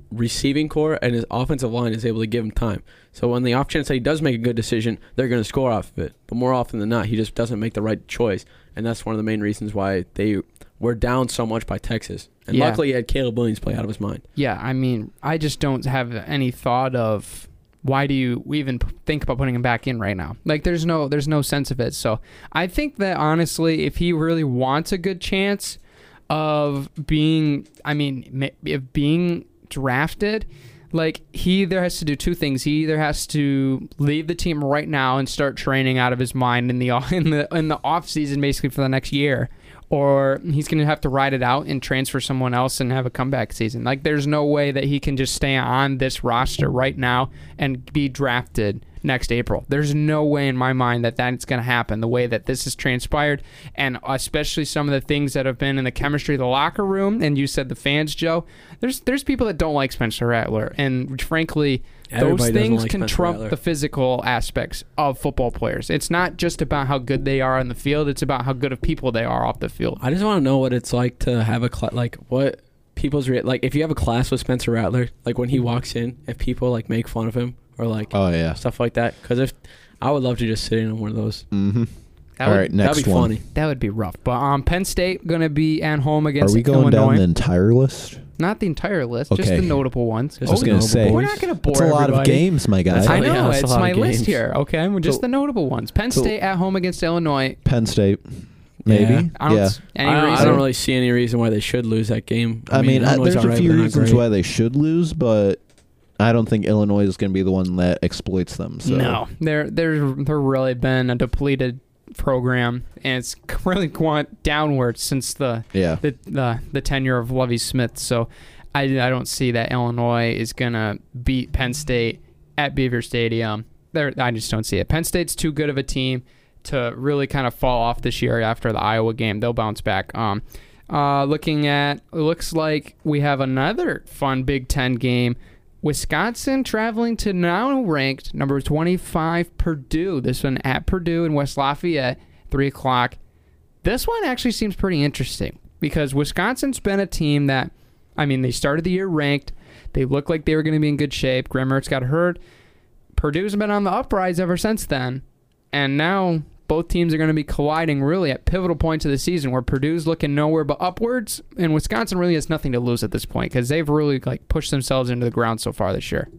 Speaker 1: receiving core, and his offensive line is able to give him time. So when the off chance that he does make a good decision, they're going to score off of it. But more often than not, he just doesn't make the right choice, and that's one of the main reasons why they were down so much by Texas. And
Speaker 3: Yeah.
Speaker 1: luckily, he had Caleb Williams play out of his mind.
Speaker 3: Yeah, I mean, I just don't have any thought of why do you even p- think about putting him back in right now? Like, there's no, there's no sense of it. So I think that honestly, if he really wants a good chance of being, I mean, ma- of being drafted, like he either has to do two things. He either has to leave the team *laughs* right now and start training out of his mind in the in the in the off season, basically for the next year, or he's going to have to ride it out and transfer someone else and have a comeback season. Like, there's no way that he can just stay on this roster right now and be drafted next April. There's no way in my mind that that's going to happen the way that this has transpired, and especially some of the things that have been in the chemistry of the locker room. And you said the fans, Joe. There's there's people that don't like Spencer Rattler, and frankly,
Speaker 1: Everybody
Speaker 3: those
Speaker 1: doesn't
Speaker 3: things
Speaker 1: like
Speaker 3: can
Speaker 1: Spencer
Speaker 3: trump
Speaker 1: Rattler.
Speaker 3: the physical aspects of football players. It's not just about how good they are on the field; it's about how good of people they are off the field.
Speaker 1: I just want to know what it's like to have a cl- like what people's re- like if you have a class with Spencer Rattler, like when he
Speaker 2: Mm-hmm.
Speaker 1: walks in, if people like make fun of him or like
Speaker 2: Oh yeah.
Speaker 1: stuff like that. Because if I would love to just sit in on one of those,
Speaker 2: Mm-hmm.
Speaker 3: That
Speaker 2: All
Speaker 3: would,
Speaker 2: right, next
Speaker 1: that'd be
Speaker 2: one.
Speaker 1: funny.
Speaker 3: that would be rough. But um, Penn State going to be at home
Speaker 2: Are
Speaker 3: against
Speaker 2: we going
Speaker 3: Illinois.
Speaker 2: down the entire list?
Speaker 3: Not the entire list, just
Speaker 2: Okay.
Speaker 3: the notable ones. Oh,
Speaker 1: Just
Speaker 2: I was
Speaker 1: the
Speaker 2: gonna
Speaker 1: notable
Speaker 2: say,
Speaker 3: We're
Speaker 1: boys.
Speaker 3: not going to bore
Speaker 2: That's a lot
Speaker 3: everybody.
Speaker 2: of games, my guy.
Speaker 1: That's
Speaker 3: I
Speaker 1: Oh, yeah,
Speaker 3: know
Speaker 1: that's a
Speaker 3: it's
Speaker 1: lot of
Speaker 3: my
Speaker 1: games.
Speaker 3: list here. Okay, Well, just
Speaker 2: So-
Speaker 3: the notable ones. Penn
Speaker 2: so-
Speaker 3: State at home against Illinois.
Speaker 2: Penn State, maybe.
Speaker 1: Yeah.
Speaker 3: I don't
Speaker 2: yeah.
Speaker 3: s- any
Speaker 1: I, don't, I
Speaker 3: reason.
Speaker 1: don't really see any reason why they should lose that game.
Speaker 2: I mean, I-
Speaker 1: Illinois is
Speaker 2: there's a
Speaker 1: alright,
Speaker 2: few
Speaker 1: but they're not
Speaker 2: reasons
Speaker 1: great.
Speaker 2: why they should lose, but I don't think Illinois is going to be the one that exploits them. So.
Speaker 3: No, they're they're they're really been a depleted program, and it's really gone downwards since the
Speaker 2: Yeah.
Speaker 3: the the, the tenure of Lovey Smith. So I I don't see that Illinois is gonna beat Penn State at Beaver Stadium. There, I just don't see it. Penn State's too good of a team to really kind of fall off this year after the Iowa game. They'll bounce back. Um, uh, looking at looks like we have another fun Big Ten game. Wisconsin traveling to now ranked number 25 Purdue. This one at Purdue in West Lafayette, three o'clock. This one actually seems pretty interesting because Wisconsin's been a team that, I mean, they started the year ranked. They looked like they were going to be in good shape. Graham Mertz got hurt. Purdue's been on the uprise ever since then. And now both teams are going to be colliding really at pivotal points of the season where Purdue's looking nowhere but upwards and Wisconsin really has nothing to lose at this point cuz they've really like pushed themselves into the ground so far this year.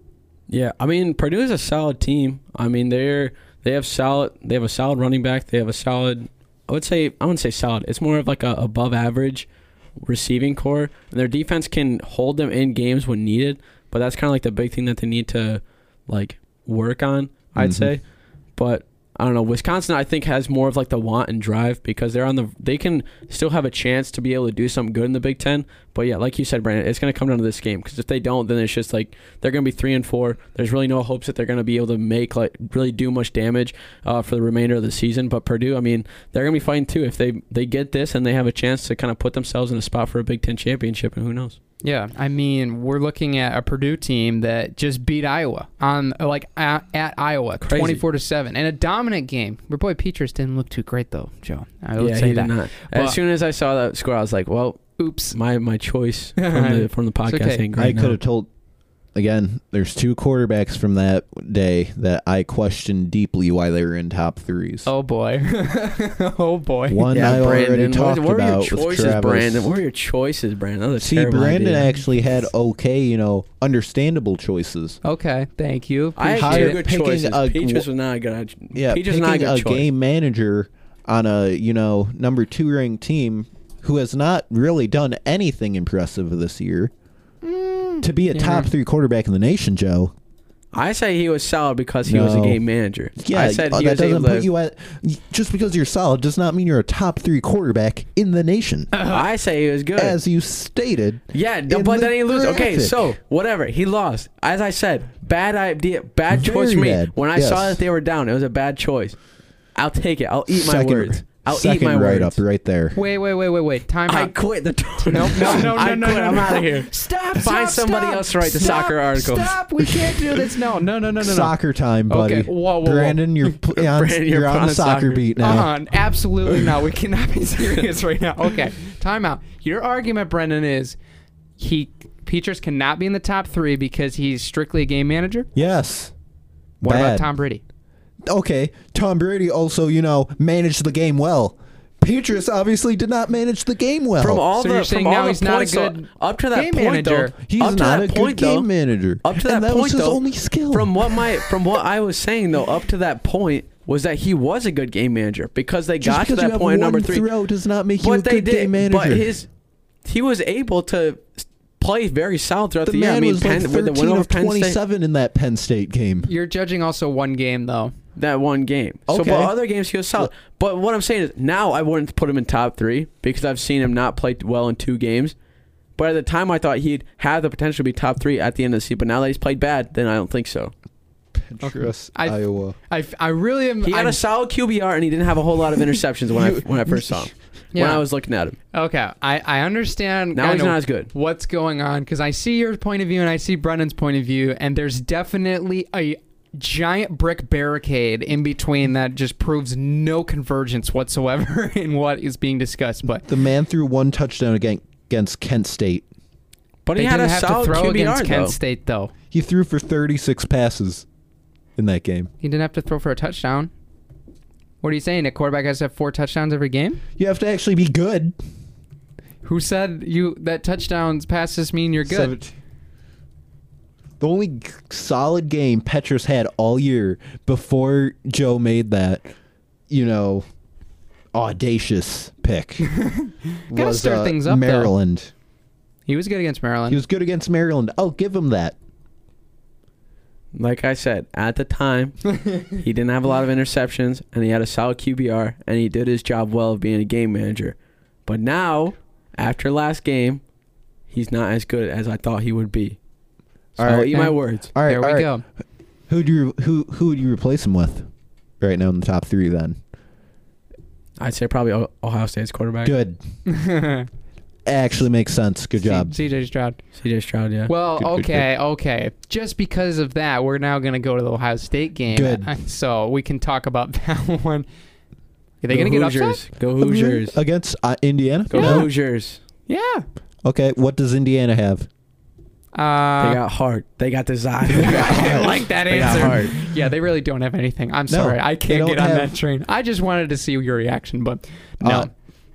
Speaker 1: Yeah, I mean Purdue is a solid team. I mean they're they have solid they have a solid running back. They have a solid I would say I wouldn't say solid. It's more of like a above average receiving core. And their defense can hold them in games when needed, but that's kind of like the big thing that they need to like work on. I'd
Speaker 2: Mhm.
Speaker 1: say, but. I don't know. Wisconsin, I think, has more of like the want and drive because they're on the. They can still have a chance to be able to do something good in the Big Ten. But yeah, like you said, Brandon, it's going to come down to this game because if they don't, then it's just like they're going to be three and four. There's really no hopes that they're going to be able to make like really do much damage uh, for the remainder of the season. But Purdue, I mean, they're going to be fighting too. If they they get this and they have a chance to kind of put themselves in a spot for a Big Ten championship, and who knows?
Speaker 3: Yeah, I mean, we're looking at a Purdue team that just beat Iowa on like at, at Iowa,
Speaker 1: Crazy.
Speaker 3: twenty-four to seven, and a dominant game. Your boy Petrus didn't look too great though, Joe. I would
Speaker 1: yeah,
Speaker 3: say
Speaker 1: he
Speaker 3: that.
Speaker 1: did not.
Speaker 3: Well-
Speaker 1: as soon as I saw that score, I was like, well,
Speaker 3: Oops.
Speaker 1: my my *laughs* choice from the from the podcast
Speaker 3: okay.
Speaker 1: ain't
Speaker 2: I
Speaker 1: great
Speaker 2: could
Speaker 1: now.
Speaker 2: have told. Again, there's two quarterbacks from that day that I questioned deeply why they were in top threes.
Speaker 3: Oh boy. *laughs* oh boy.
Speaker 2: One I already talked
Speaker 1: what, what
Speaker 2: about
Speaker 1: were your choices,
Speaker 2: with Travis.
Speaker 1: Brandon? What were your choices, Brandon? That was a
Speaker 2: See,
Speaker 1: terrible
Speaker 2: Brandon
Speaker 1: idea.
Speaker 2: actually had okay, you know, understandable choices.
Speaker 3: Okay, thank you.
Speaker 1: I had
Speaker 2: Hired-
Speaker 1: two good
Speaker 2: picking
Speaker 1: choices.
Speaker 2: a-
Speaker 1: Peaches was not a good.
Speaker 2: Yeah,
Speaker 1: Peaches was
Speaker 2: picking
Speaker 1: not a
Speaker 2: a,
Speaker 1: good choice.
Speaker 2: game manager on a you know number two ranked team who has not really done anything impressive this year
Speaker 1: Mm,
Speaker 2: to be a
Speaker 3: yeah.
Speaker 2: top three quarterback in the nation, Joe.
Speaker 1: I say he was solid because he was a
Speaker 2: No.
Speaker 1: game manager.
Speaker 2: Yeah,
Speaker 1: I said
Speaker 2: uh,
Speaker 1: he
Speaker 2: that
Speaker 1: was
Speaker 2: doesn't
Speaker 1: able to,
Speaker 2: put you at just because you're solid does not mean you're a top three quarterback in the nation,
Speaker 1: *laughs* I say he was good.
Speaker 2: as you stated.
Speaker 1: yeah, no,
Speaker 2: in
Speaker 1: but
Speaker 2: the
Speaker 1: then he lose. Okay,
Speaker 2: graphic.
Speaker 1: so whatever he lost. As I said, bad idea, bad choice for
Speaker 2: Very
Speaker 1: me.
Speaker 2: bad,
Speaker 1: When I saw
Speaker 2: yes.
Speaker 1: that they were down, it was a bad choice. I'll take it. I'll eat my
Speaker 2: second,
Speaker 1: words. I'll eat
Speaker 2: second
Speaker 1: my
Speaker 2: right
Speaker 1: words.
Speaker 2: up right there.
Speaker 3: wait, wait, wait, wait, wait. Time
Speaker 1: I
Speaker 3: out.
Speaker 1: quit the
Speaker 3: *laughs* No,
Speaker 1: tournament.
Speaker 3: no, no, no,
Speaker 1: *laughs* I
Speaker 3: no,
Speaker 1: quit.
Speaker 3: no,
Speaker 1: I'm
Speaker 3: no.
Speaker 1: out of here.
Speaker 3: Stop!
Speaker 1: Find
Speaker 3: stop,
Speaker 1: somebody
Speaker 3: stop,
Speaker 1: else to write the
Speaker 3: stop,
Speaker 1: soccer article.
Speaker 3: Stop! We can't do this. No, no, no, no, no, no.
Speaker 2: Soccer time, buddy.
Speaker 3: Okay, whoa, whoa, whoa.
Speaker 2: Brandon,
Speaker 1: *laughs*
Speaker 2: you're pl- on,
Speaker 1: Brandon,
Speaker 2: you're,
Speaker 1: you're
Speaker 2: on
Speaker 1: on
Speaker 2: a soccer,
Speaker 1: soccer.
Speaker 2: beat now.
Speaker 3: Uh-huh. Absolutely not. We cannot be *laughs* serious right now. Okay. Timeout. Your argument, Brendan, is he Peters cannot be in the top three because he's strictly a game manager.
Speaker 2: Yes.
Speaker 3: What
Speaker 2: Bad.
Speaker 3: about Tom Brady?
Speaker 2: okay, Tom Brady also, you know, managed the game well. Petrus obviously did not manage the game well.
Speaker 1: From all
Speaker 3: So
Speaker 1: the
Speaker 3: you're
Speaker 1: from
Speaker 3: saying
Speaker 1: all
Speaker 3: now
Speaker 1: the
Speaker 3: he's not a
Speaker 1: points, though,
Speaker 3: good
Speaker 1: up to that
Speaker 3: game
Speaker 1: point
Speaker 3: manager.
Speaker 1: though.
Speaker 2: He's
Speaker 1: up to
Speaker 2: not
Speaker 1: that
Speaker 2: a
Speaker 1: point
Speaker 2: good
Speaker 1: though.
Speaker 2: game manager.
Speaker 1: Up to that,
Speaker 2: and that
Speaker 1: point
Speaker 2: was his
Speaker 1: though,
Speaker 2: only skill.
Speaker 1: From what my from what I was saying though, up to that point was that he was a good game manager because they
Speaker 2: Just
Speaker 1: got to
Speaker 2: because you
Speaker 1: that
Speaker 2: have
Speaker 1: point at
Speaker 2: one
Speaker 1: number three.
Speaker 2: throw does not make you a
Speaker 1: But they
Speaker 2: good
Speaker 1: did.
Speaker 2: game manager.
Speaker 1: But his he was able to s- play very solid throughout
Speaker 2: the
Speaker 1: the, year.
Speaker 2: man
Speaker 1: I mean,
Speaker 2: was
Speaker 1: Penn,
Speaker 2: like
Speaker 1: with the
Speaker 2: 13
Speaker 1: win over
Speaker 2: of
Speaker 1: Penn State.
Speaker 2: 27 in that Penn State game.
Speaker 3: You're judging also one game though.
Speaker 1: that one game. So,
Speaker 2: Okay.
Speaker 1: but other games he was solid. But what I'm saying is now I wouldn't put him in top three because I've seen him not play well in two games. But at the time, I thought he'd have the potential to be top three at the end of the season. But now that he's played bad, then I don't think so.
Speaker 2: Pinterest,
Speaker 3: I-
Speaker 2: Iowa.
Speaker 3: I, f- I really am.
Speaker 1: He had
Speaker 3: I'm-
Speaker 1: a solid QBR and he didn't have a whole lot of interceptions when I when I first saw him. When
Speaker 3: Yeah.
Speaker 1: I was looking at him,
Speaker 3: Okay, I, I understand.
Speaker 1: Now he's
Speaker 3: kinda
Speaker 1: not as good.
Speaker 3: What's going on? Because I see your point of view and I see Brennan's point of view, and there's definitely a giant brick barricade in between that just proves no convergence whatsoever *laughs* in what is being discussed. But
Speaker 2: The man threw one touchdown again- against Kent State.
Speaker 1: but
Speaker 3: they
Speaker 1: he had
Speaker 3: didn't
Speaker 1: a
Speaker 3: have
Speaker 1: solid
Speaker 3: to throw against
Speaker 1: QBR though.
Speaker 3: Kent State, though.
Speaker 2: He threw for 36 passes in that game.
Speaker 3: He didn't have to throw for a touchdown. What are you saying? A quarterback has to have four touchdowns every game?
Speaker 2: You have to actually be good.
Speaker 3: Who said you that touchdowns passes mean you're good?
Speaker 2: Seventeen. The only g- solid game Petrus had all year before Joe made that, you know, audacious
Speaker 3: *laughs*
Speaker 2: pick. was,
Speaker 3: stir
Speaker 2: uh,
Speaker 3: things up, though.
Speaker 2: Maryland.
Speaker 3: He was good against Maryland.
Speaker 2: He was good against Maryland. Oh, give him that.
Speaker 1: Like I said, at the time, he didn't have a lot of interceptions and he had a solid QBR and he did his job well of being a game manager. But now, after last game, he's not as good as I thought he would be. So
Speaker 2: All right.
Speaker 1: eat my words.
Speaker 2: All right,
Speaker 3: there we
Speaker 2: all right.
Speaker 3: go.
Speaker 2: Who do you who who would you replace him with? Right now in the top three, then
Speaker 1: I'd say probably O- Ohio State's quarterback.
Speaker 2: good.
Speaker 3: *laughs*
Speaker 2: Actually makes sense. Good job.
Speaker 3: C- CJ Stroud.
Speaker 1: CJ Stroud, yeah.
Speaker 3: Well,
Speaker 2: Good, good,
Speaker 3: okay, okay. Just because of that, we're now going to go to the Ohio State game.
Speaker 2: Good.
Speaker 3: Uh, *laughs* So we can talk about *laughs* that one. Are they going to get upset?
Speaker 1: Hoosiers. Go Hoosiers.
Speaker 2: against uh, Indiana.
Speaker 1: Go
Speaker 3: Yeah.
Speaker 1: Hoosiers.
Speaker 3: Yeah.
Speaker 2: Okay, what does Indiana have?
Speaker 1: They
Speaker 3: Uh,
Speaker 1: got heart. They got
Speaker 3: *laughs*
Speaker 1: desire. They got
Speaker 3: I
Speaker 1: heart.
Speaker 3: like that
Speaker 1: They got
Speaker 3: answer.
Speaker 1: heart.
Speaker 3: Yeah, they really don't have anything. I'm
Speaker 2: No,
Speaker 3: sorry. I
Speaker 2: they
Speaker 3: can't
Speaker 2: don't
Speaker 3: get on
Speaker 2: have-
Speaker 3: that train. I just wanted to see your reaction, but no.
Speaker 2: Uh,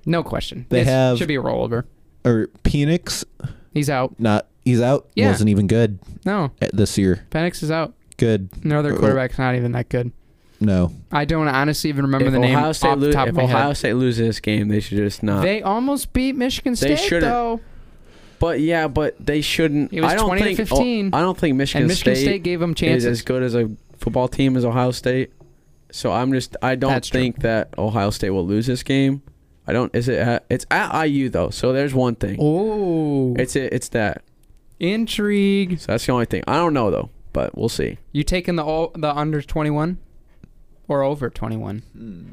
Speaker 3: no question.
Speaker 2: they
Speaker 3: This
Speaker 2: have-
Speaker 3: should be a rollover.
Speaker 2: Or Phoenix?
Speaker 3: He's out.
Speaker 2: Not he's out.
Speaker 3: Yeah.
Speaker 2: Wasn't even good
Speaker 3: No.
Speaker 2: at this year.
Speaker 3: Penix is out.
Speaker 2: Good.
Speaker 3: No other
Speaker 2: Uh,
Speaker 3: quarterback's not even that good.
Speaker 2: No.
Speaker 3: I don't honestly even remember
Speaker 1: if
Speaker 3: the name
Speaker 1: Ohio State,
Speaker 3: off
Speaker 1: lo-
Speaker 3: the top
Speaker 1: if
Speaker 3: of my
Speaker 1: Ohio
Speaker 3: head.
Speaker 1: State loses this game, they should just not.
Speaker 3: They almost beat Michigan
Speaker 1: They
Speaker 3: State
Speaker 1: shouldn't.
Speaker 3: though.
Speaker 1: But yeah, but they shouldn't.
Speaker 3: It was
Speaker 1: I don't
Speaker 3: 20 to
Speaker 1: think,
Speaker 3: 15.
Speaker 1: I don't think Michigan,
Speaker 3: and Michigan State,
Speaker 1: State,
Speaker 3: gave them
Speaker 1: is
Speaker 3: chances.
Speaker 1: as good as a football team as Ohio State. So I'm just. I don't
Speaker 3: That's true.
Speaker 1: think that Ohio State will lose this game. I don't. Is it? At, it's at IU though. So there's one thing.
Speaker 3: Oh,
Speaker 1: It's it, It's that.
Speaker 3: intrigue!
Speaker 1: So that's the only thing. I don't know though. But we'll see.
Speaker 3: You taking the all, the under twenty one or over twenty one?
Speaker 1: Hmm.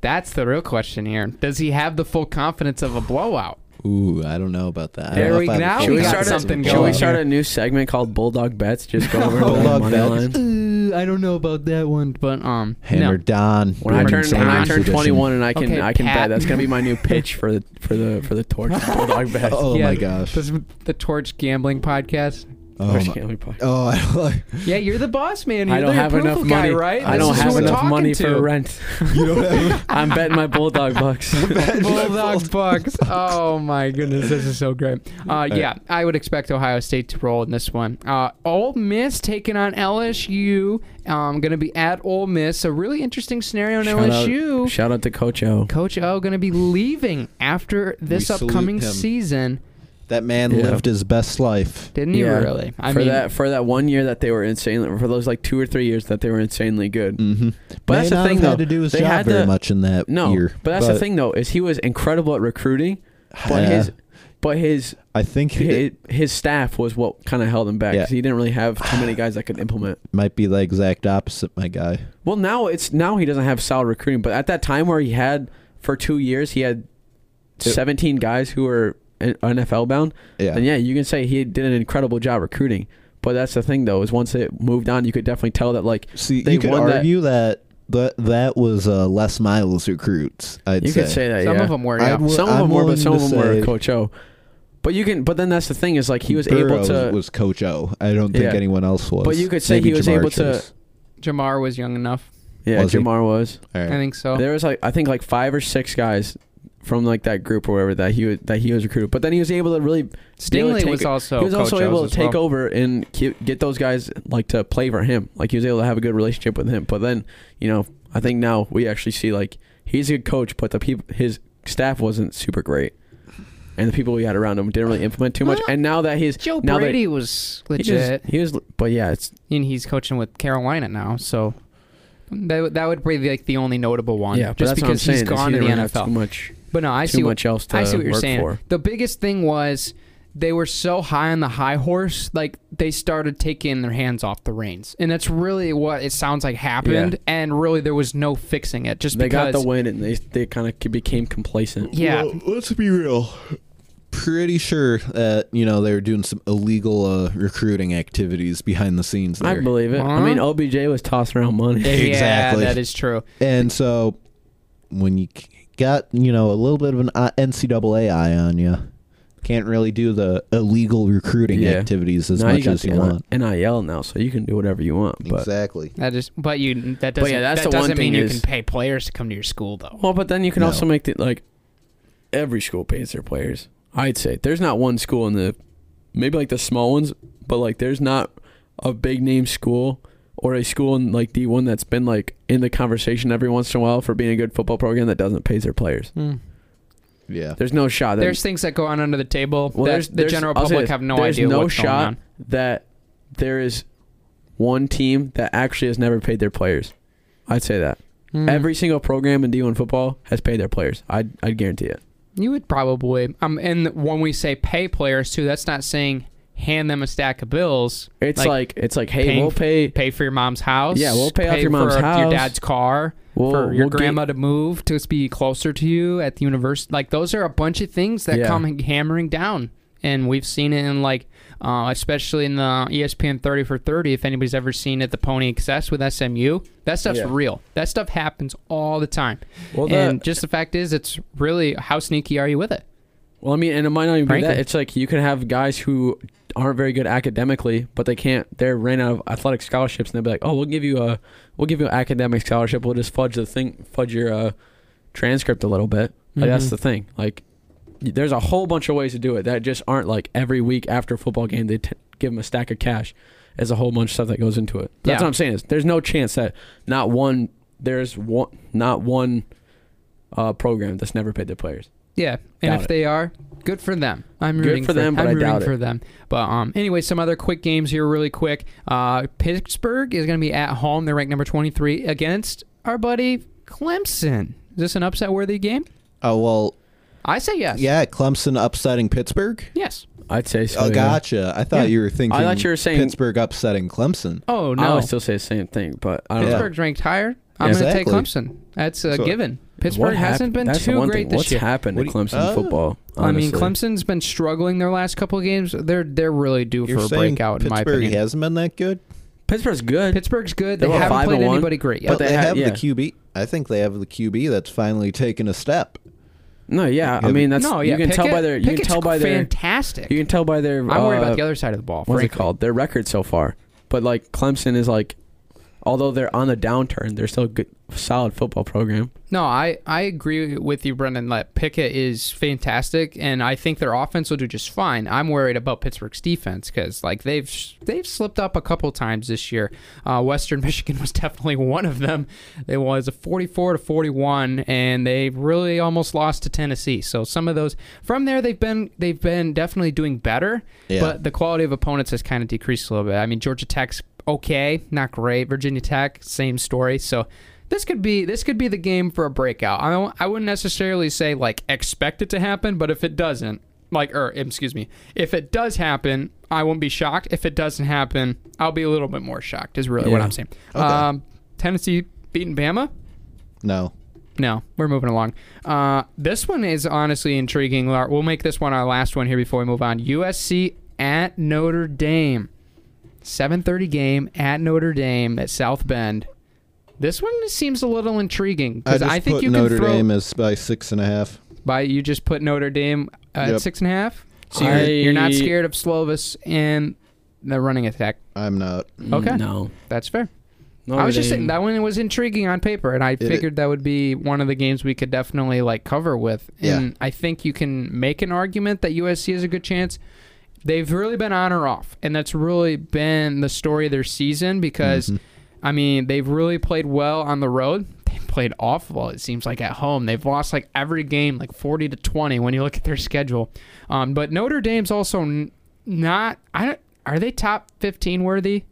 Speaker 3: That's the real question here. Does he have the full confidence of a blowout?
Speaker 2: Ooh, I don't know about that. I
Speaker 3: There
Speaker 2: don't know
Speaker 3: we
Speaker 2: if I have
Speaker 3: go.
Speaker 2: a
Speaker 1: Should
Speaker 3: Should Uh, we
Speaker 1: we
Speaker 3: got
Speaker 1: start,
Speaker 2: confidence in
Speaker 3: something
Speaker 1: a,
Speaker 2: the
Speaker 1: should we
Speaker 3: going
Speaker 2: ball.
Speaker 1: start
Speaker 3: here.
Speaker 1: a new segment called Bulldog Bets? Just *laughs* go over the
Speaker 2: Bulldog
Speaker 1: money
Speaker 2: Bets.
Speaker 1: line.
Speaker 3: Ooh, I don't know about that one, but um,
Speaker 2: Hammer Don.
Speaker 1: When I
Speaker 2: Brandon
Speaker 1: turn when I
Speaker 2: Sanders
Speaker 1: turn
Speaker 2: edition.
Speaker 1: 21 and I can
Speaker 3: Okay,
Speaker 1: I can
Speaker 3: Pat.
Speaker 1: bet that's gonna be my new pitch for the for the for the
Speaker 3: *laughs*
Speaker 1: torch Bulldog Bets. *laughs*
Speaker 2: Oh
Speaker 3: Yeah,
Speaker 2: my gosh.
Speaker 3: This is the Torch Gambling Podcast.
Speaker 2: oh,
Speaker 1: Torch
Speaker 2: my,
Speaker 1: Gambling Podcast.
Speaker 2: oh, *laughs* I don't like,
Speaker 3: Yeah, you're the boss man. You're
Speaker 1: I don't
Speaker 3: the
Speaker 1: have enough
Speaker 3: approval
Speaker 1: money.
Speaker 3: guy, right?
Speaker 1: I
Speaker 3: This
Speaker 1: don't
Speaker 3: is who
Speaker 1: have
Speaker 3: we're
Speaker 1: enough
Speaker 3: talking
Speaker 1: money
Speaker 3: to.
Speaker 1: for rent.
Speaker 2: you don't
Speaker 1: *laughs*
Speaker 2: have
Speaker 1: I'm betting my bulldog bucks.
Speaker 3: *laughs*
Speaker 1: *laughs*
Speaker 3: Bulldog Bucks. Oh my goodness, this is so great. Uh, yeah, I would expect Ohio State to roll in this one. Uh, Ole Miss taking on LSU. Um, going to be at Ole Miss. A really interesting scenario in LSU.
Speaker 1: Out, shout out to Coach O.
Speaker 3: Coach O going to be leaving after this
Speaker 2: We salute
Speaker 3: upcoming
Speaker 2: him.
Speaker 3: season.
Speaker 2: That man
Speaker 1: Yeah.
Speaker 2: lived his best life.
Speaker 3: Didn't he really? I
Speaker 1: for
Speaker 3: mean,
Speaker 1: that for that one year that they were insanely for those like two or three years that they were insanely good.
Speaker 2: Mm-hmm.
Speaker 1: But
Speaker 2: May
Speaker 1: that's
Speaker 2: not
Speaker 1: the thing
Speaker 2: have
Speaker 1: though.
Speaker 2: had to do his
Speaker 1: they
Speaker 2: job
Speaker 1: Mm. had
Speaker 2: very
Speaker 1: the-
Speaker 2: much in that
Speaker 1: No,
Speaker 2: year.
Speaker 1: but that's the thing though is he was incredible at recruiting, but
Speaker 2: Yeah.
Speaker 1: his but his
Speaker 2: I think
Speaker 1: his,
Speaker 2: it
Speaker 1: his staff was what kind of held him back
Speaker 2: Yeah.
Speaker 1: 'cause he didn't really have too many guys that could implement.
Speaker 2: might be the exact opposite, my guy.
Speaker 1: Well, now it's now he doesn't have solid recruiting, but at that time where he had for two years he had seventeen guys who were NFL bound.
Speaker 2: Yeah.
Speaker 1: And yeah, you can say he did an incredible job recruiting. But that's the thing though, is once it moved on, you could definitely tell that like
Speaker 2: See,
Speaker 1: They
Speaker 2: you could
Speaker 1: won that-
Speaker 2: argue that that, that was uh, Les Miles recruits. I'd
Speaker 1: you
Speaker 2: say.
Speaker 1: could say that
Speaker 3: some
Speaker 1: yeah.
Speaker 3: of them were.
Speaker 2: I
Speaker 3: Yeah.
Speaker 2: would-
Speaker 1: some of
Speaker 2: I'm
Speaker 1: them were, but
Speaker 2: willing
Speaker 1: some
Speaker 2: to
Speaker 1: of them were
Speaker 2: say
Speaker 1: Coach O. But you can, but then that's the thing is like he was able
Speaker 2: Burrow
Speaker 1: to.
Speaker 2: was Coach O. I don't think
Speaker 1: Yeah.
Speaker 2: anyone else was.
Speaker 1: But you could say
Speaker 2: Maybe
Speaker 1: he was
Speaker 2: Jamar
Speaker 1: able to-
Speaker 2: Chase.
Speaker 3: Jamar was young enough.
Speaker 1: yeah,
Speaker 2: was he?
Speaker 1: Jamar was.
Speaker 2: All
Speaker 3: I
Speaker 2: right.
Speaker 3: think so.
Speaker 1: There was like I think like five or six guys from like that group or whatever that he was, that he was recruited. But then he was able to really be able to
Speaker 3: Stingley
Speaker 1: take-
Speaker 3: was also.
Speaker 1: he was also
Speaker 3: Coach O's
Speaker 1: able
Speaker 3: as
Speaker 1: to take
Speaker 3: well.
Speaker 1: over and ke- get those guys like to play for him. Like he was able to have a good relationship with him. But then you know I think now we actually see like he's a good coach, but the people his staff wasn't super great, and the people we had around him didn't really implement too much.
Speaker 3: Well,
Speaker 1: And now that he's
Speaker 3: Joe
Speaker 1: now that-
Speaker 3: Brady was
Speaker 1: he
Speaker 3: legit,
Speaker 1: just, he was, but yeah, it's
Speaker 3: and he's coaching with Carolina now. So That, that would be like the only notable one.
Speaker 1: yeah, but
Speaker 3: just
Speaker 1: that's what I'm
Speaker 3: because he's
Speaker 1: saying, is
Speaker 3: gone
Speaker 1: he
Speaker 3: to the
Speaker 1: didn't have Too
Speaker 3: NFL.
Speaker 1: much,
Speaker 3: But no, I
Speaker 1: too
Speaker 3: see what
Speaker 1: much else to
Speaker 3: I see what you're
Speaker 1: work
Speaker 3: saying.
Speaker 1: for.
Speaker 3: The biggest thing was they were so high on the high horse, like they started taking their hands off the reins, and that's really what it sounds like happened.
Speaker 1: Yeah.
Speaker 3: And really, there was no fixing it. Just
Speaker 1: They got
Speaker 3: because
Speaker 1: the win and they they kind of became complacent.
Speaker 3: Yeah.
Speaker 2: Well, let's be real. Pretty sure that you know they were doing some illegal uh, recruiting activities behind the scenes
Speaker 1: I
Speaker 2: there,
Speaker 1: believe it. I
Speaker 3: Huh?
Speaker 1: mean, OBJ was tossing around money.
Speaker 3: Yeah,
Speaker 2: Exactly.
Speaker 3: that is true.
Speaker 2: and so when you c- got you know a little bit of an uh, I- NCAA eye on you, can't really do the illegal recruiting
Speaker 1: Yeah.
Speaker 2: activities as
Speaker 1: now you
Speaker 2: much
Speaker 1: got
Speaker 2: as
Speaker 1: the
Speaker 2: you want.
Speaker 1: NIL now, so you can do whatever you want. But
Speaker 2: Exactly.
Speaker 3: That is, but you that doesn't
Speaker 1: But yeah, that's
Speaker 3: that
Speaker 1: the one
Speaker 3: doesn't mean
Speaker 1: thing
Speaker 3: you
Speaker 1: is-
Speaker 3: can pay players to come to your school though.
Speaker 1: Well, but then you can
Speaker 2: No.
Speaker 1: also make the like every school pays their players. I'd say there's not one school in the maybe like the small ones, but like there's not a big name school or a school in like D one that's been like in the conversation every once in a while for being a good football program that doesn't pay their players.
Speaker 2: Yeah.
Speaker 1: There's no shot that
Speaker 3: There's things that go on under the table
Speaker 1: Well,
Speaker 3: that
Speaker 1: there's-
Speaker 3: the
Speaker 1: there's-
Speaker 3: general
Speaker 1: I'll say
Speaker 3: public
Speaker 1: this,
Speaker 3: have no
Speaker 1: there's
Speaker 3: idea
Speaker 1: no
Speaker 3: what's
Speaker 1: shot
Speaker 3: going on.
Speaker 1: that there is one team that actually has never paid their players. I'd say that
Speaker 3: Mm.
Speaker 1: every single program in D one football has paid their players. I'd I'd guarantee it.
Speaker 3: You would probably. Um, and when we say pay players too, that's not saying hand them a stack of bills.
Speaker 1: It's like, it's like hey,
Speaker 3: paying-
Speaker 1: we'll pay
Speaker 3: pay for your mom's house.
Speaker 1: Yeah, we'll pay off your mom's
Speaker 3: for
Speaker 1: house.
Speaker 3: Your dad's car.
Speaker 1: We'll-
Speaker 3: for your
Speaker 1: we'll get-
Speaker 3: grandma to move to be closer to you at the university. Like those are a bunch of things that
Speaker 1: Yeah.
Speaker 3: come hammering down, and we've seen it in like, uh, especially in the E ESPN thirty for thirty. If anybody's ever seen it, the Pony Excess with SMU, that stuff's
Speaker 1: Yeah.
Speaker 3: real. That stuff happens all the time.
Speaker 1: Well, the-
Speaker 3: and just the fact is, it's really how sneaky are you with it?
Speaker 1: Well, I mean, and it might not even be that.
Speaker 3: Frankly.
Speaker 1: It's like you can have guys who aren't very good academically, but they can't. They're ran out of athletic scholarships, and they'll be like, "Oh, we'll give you a, we'll give you an academic scholarship. We'll just fudge the thing, fudge your uh, transcript a little bit." Like that's
Speaker 3: Mhm.
Speaker 1: the thing. Like, y- there's a whole bunch of ways to do it that just aren't like every week after a football game they t- give them a stack of cash. There's a whole bunch of stuff that goes into it. But That's
Speaker 3: Yeah.
Speaker 1: what I'm saying. Is there's no chance that not one there's one not one uh, program that's never paid their players.
Speaker 3: Yeah, and
Speaker 1: Doubt
Speaker 3: if
Speaker 1: it.
Speaker 3: they are, good for them. I'm
Speaker 1: Good
Speaker 3: rooting
Speaker 1: for them, but
Speaker 3: I'm
Speaker 1: I
Speaker 3: rooting
Speaker 1: doubt it.
Speaker 3: for them. But um, anyway, some other quick games here, really quick. Uh, Pittsburgh is going to be at home. They're ranked number 23 against our buddy Clemson. Is this an upset-worthy game?
Speaker 2: Oh well.
Speaker 3: I say yes.
Speaker 2: Yeah. Clemson upsetting Pittsburgh.
Speaker 3: Yes.
Speaker 1: I'd say so.
Speaker 2: Oh,
Speaker 1: yeah.
Speaker 2: gotcha. I thought
Speaker 3: Yeah.
Speaker 2: you were thinking.
Speaker 1: I thought you were saying-
Speaker 2: Pittsburgh upsetting Clemson.
Speaker 3: Oh
Speaker 1: I
Speaker 3: no.
Speaker 1: would still say the same thing, but I don't know.
Speaker 3: Pittsburgh's ranked higher. I'm
Speaker 2: Yeah.
Speaker 3: going to take
Speaker 2: Exactly.
Speaker 3: Clemson. That's a
Speaker 2: So-
Speaker 3: given. Pittsburgh
Speaker 1: What
Speaker 3: hasn't
Speaker 1: happened-
Speaker 3: been
Speaker 1: that's the
Speaker 3: too
Speaker 1: one
Speaker 3: great
Speaker 1: thing.
Speaker 3: this
Speaker 1: What's
Speaker 3: year.
Speaker 1: happened
Speaker 2: What
Speaker 1: to
Speaker 2: do you-
Speaker 1: Clemson
Speaker 2: uh,
Speaker 1: football?
Speaker 3: Oh. I mean,
Speaker 1: honestly?
Speaker 3: Clemson's been struggling their last couple of games. They're they're really due
Speaker 2: You're
Speaker 3: for a
Speaker 2: saying
Speaker 3: breakout, in
Speaker 2: Pittsburgh
Speaker 3: my opinion.
Speaker 2: hasn't been that good.
Speaker 1: Pittsburgh's good.
Speaker 3: Pittsburgh's good.
Speaker 1: They
Speaker 3: They,
Speaker 1: were
Speaker 3: haven't
Speaker 1: 5 and
Speaker 3: played
Speaker 1: 1,
Speaker 3: anybody great yet.
Speaker 1: but
Speaker 2: But
Speaker 1: they
Speaker 2: they,
Speaker 1: had-
Speaker 2: have
Speaker 1: yeah.
Speaker 2: the QB. I think they have the QB that's finally taken a step.
Speaker 1: no, yeah. I
Speaker 2: Yeah,
Speaker 1: mean, that's
Speaker 3: no, yeah,
Speaker 1: you can tell
Speaker 3: Pickett-
Speaker 1: by their you can
Speaker 3: Pickett's
Speaker 1: tell by their
Speaker 3: fantastic.
Speaker 1: you can tell by their.
Speaker 3: I'm worried
Speaker 1: uh,
Speaker 3: about the other side of the ball.
Speaker 1: What's it
Speaker 3: frankly.
Speaker 1: called? Their record so far, but like Clemson is like, although they're on the downturn, they're still a good, solid football program.
Speaker 3: No, I, I agree with you, Brendan. That Pickett is fantastic, and I think their offense will do just fine. I'm worried about Pittsburgh's defense because like they've they've slipped up a couple times this year. Uh, Western *laughs* Michigan was definitely one of them. It was a 44 to 41, and they really almost lost to Tennessee. So some of those from there they've been they've been definitely doing better,
Speaker 2: Yeah.
Speaker 3: but the quality of opponents has kind of decreased a little bit. I mean, Georgia Tech's okay, not great. Virginia Tech, same story. So this could be this could be the game for a breakout. I don't, I wouldn't necessarily say like expect it to happen, but if it doesn't, like or excuse me, if it does happen, I won't be shocked. If it doesn't happen, I'll be a little bit more shocked. Is really what
Speaker 1: Yeah.
Speaker 3: I'm saying.
Speaker 2: Okay.
Speaker 3: Um, Tennessee beating Bama.
Speaker 2: No.
Speaker 3: No, we're moving along. Uh, this one is honestly intriguing. Lar- We'll make this one our last one here before we move on. USC at Notre Dame. 7:30 game at Notre Dame at South Bend. This one seems a little intriguing
Speaker 2: I
Speaker 3: because
Speaker 2: just
Speaker 3: I, think
Speaker 2: put
Speaker 3: you
Speaker 2: Notre
Speaker 3: can throw
Speaker 2: Dame as by six and a half.
Speaker 3: by you just put Notre Dame at
Speaker 2: Yep.
Speaker 3: six and a half. So you're,
Speaker 1: I-
Speaker 3: you're not scared of Slovis and the running attack.
Speaker 2: I'm not.
Speaker 3: Mm. Okay,
Speaker 1: No.
Speaker 3: that's fair.
Speaker 1: no
Speaker 3: I was just saying that one was intriguing on paper, and I
Speaker 2: it-
Speaker 3: figured that would be one of the games we could definitely like cover with.
Speaker 2: Yeah.
Speaker 3: And I think you can make an argument that USC has a good chance. They've really been on or off, and that's really been the story of their season because,
Speaker 2: Mm-hmm.
Speaker 3: I mean, they've really played well on the road. They've played awful. It seems like at home they've lost like every game, like forty to twenty when you look at their schedule. Um, but Notre Dame's also n- not. I don't, are they top fifteen worthy?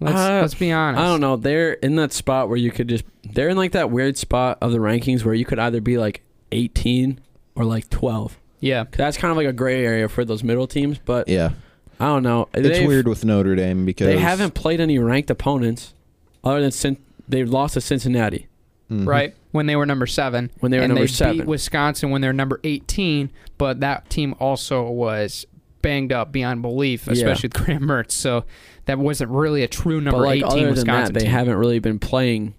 Speaker 3: Let's
Speaker 1: Uh,
Speaker 3: let's be honest.
Speaker 1: I don't know. They're in that spot where you could just they're in like that weird spot of the rankings where you could either be like 18 or like 12. 'Cause
Speaker 3: Yeah.
Speaker 1: That's kind of like a gray area for those middle teams, but
Speaker 2: Yeah,
Speaker 1: I don't know.
Speaker 2: it's
Speaker 1: They've-
Speaker 2: weird with Notre Dame because
Speaker 1: They haven't played any ranked opponents other than Cin- they've lost to Cincinnati
Speaker 2: Mhm.
Speaker 3: Right when they were number seven,
Speaker 1: when Mm-hmm. they were
Speaker 3: and
Speaker 1: number
Speaker 3: they
Speaker 1: seven.
Speaker 3: beat Wisconsin when they're number eighteen. But that team also was banged up beyond belief,
Speaker 1: Yeah.
Speaker 3: especially with *laughs* Graham Mertz. So that wasn't really a true
Speaker 1: but
Speaker 3: number
Speaker 1: like
Speaker 3: eighteen
Speaker 1: other than
Speaker 3: Wisconsin
Speaker 1: that, they
Speaker 3: team.
Speaker 1: haven't really been playing.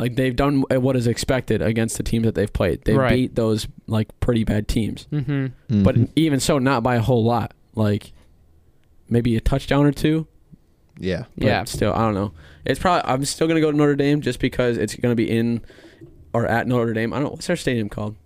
Speaker 1: Like they've done what is expected against the teams that they've played. They
Speaker 3: Right.
Speaker 1: beat those like pretty bad teams.
Speaker 3: hmm
Speaker 2: Mhm.
Speaker 1: but even so, not by a whole lot. Like maybe a touchdown or two.
Speaker 2: yeah,
Speaker 1: But
Speaker 3: Yeah.
Speaker 1: Still, I don't know. It's probably I'm still gonna go to Notre Dame just because it's gonna be in or at Notre Dame. I don't. know. What's their stadium called?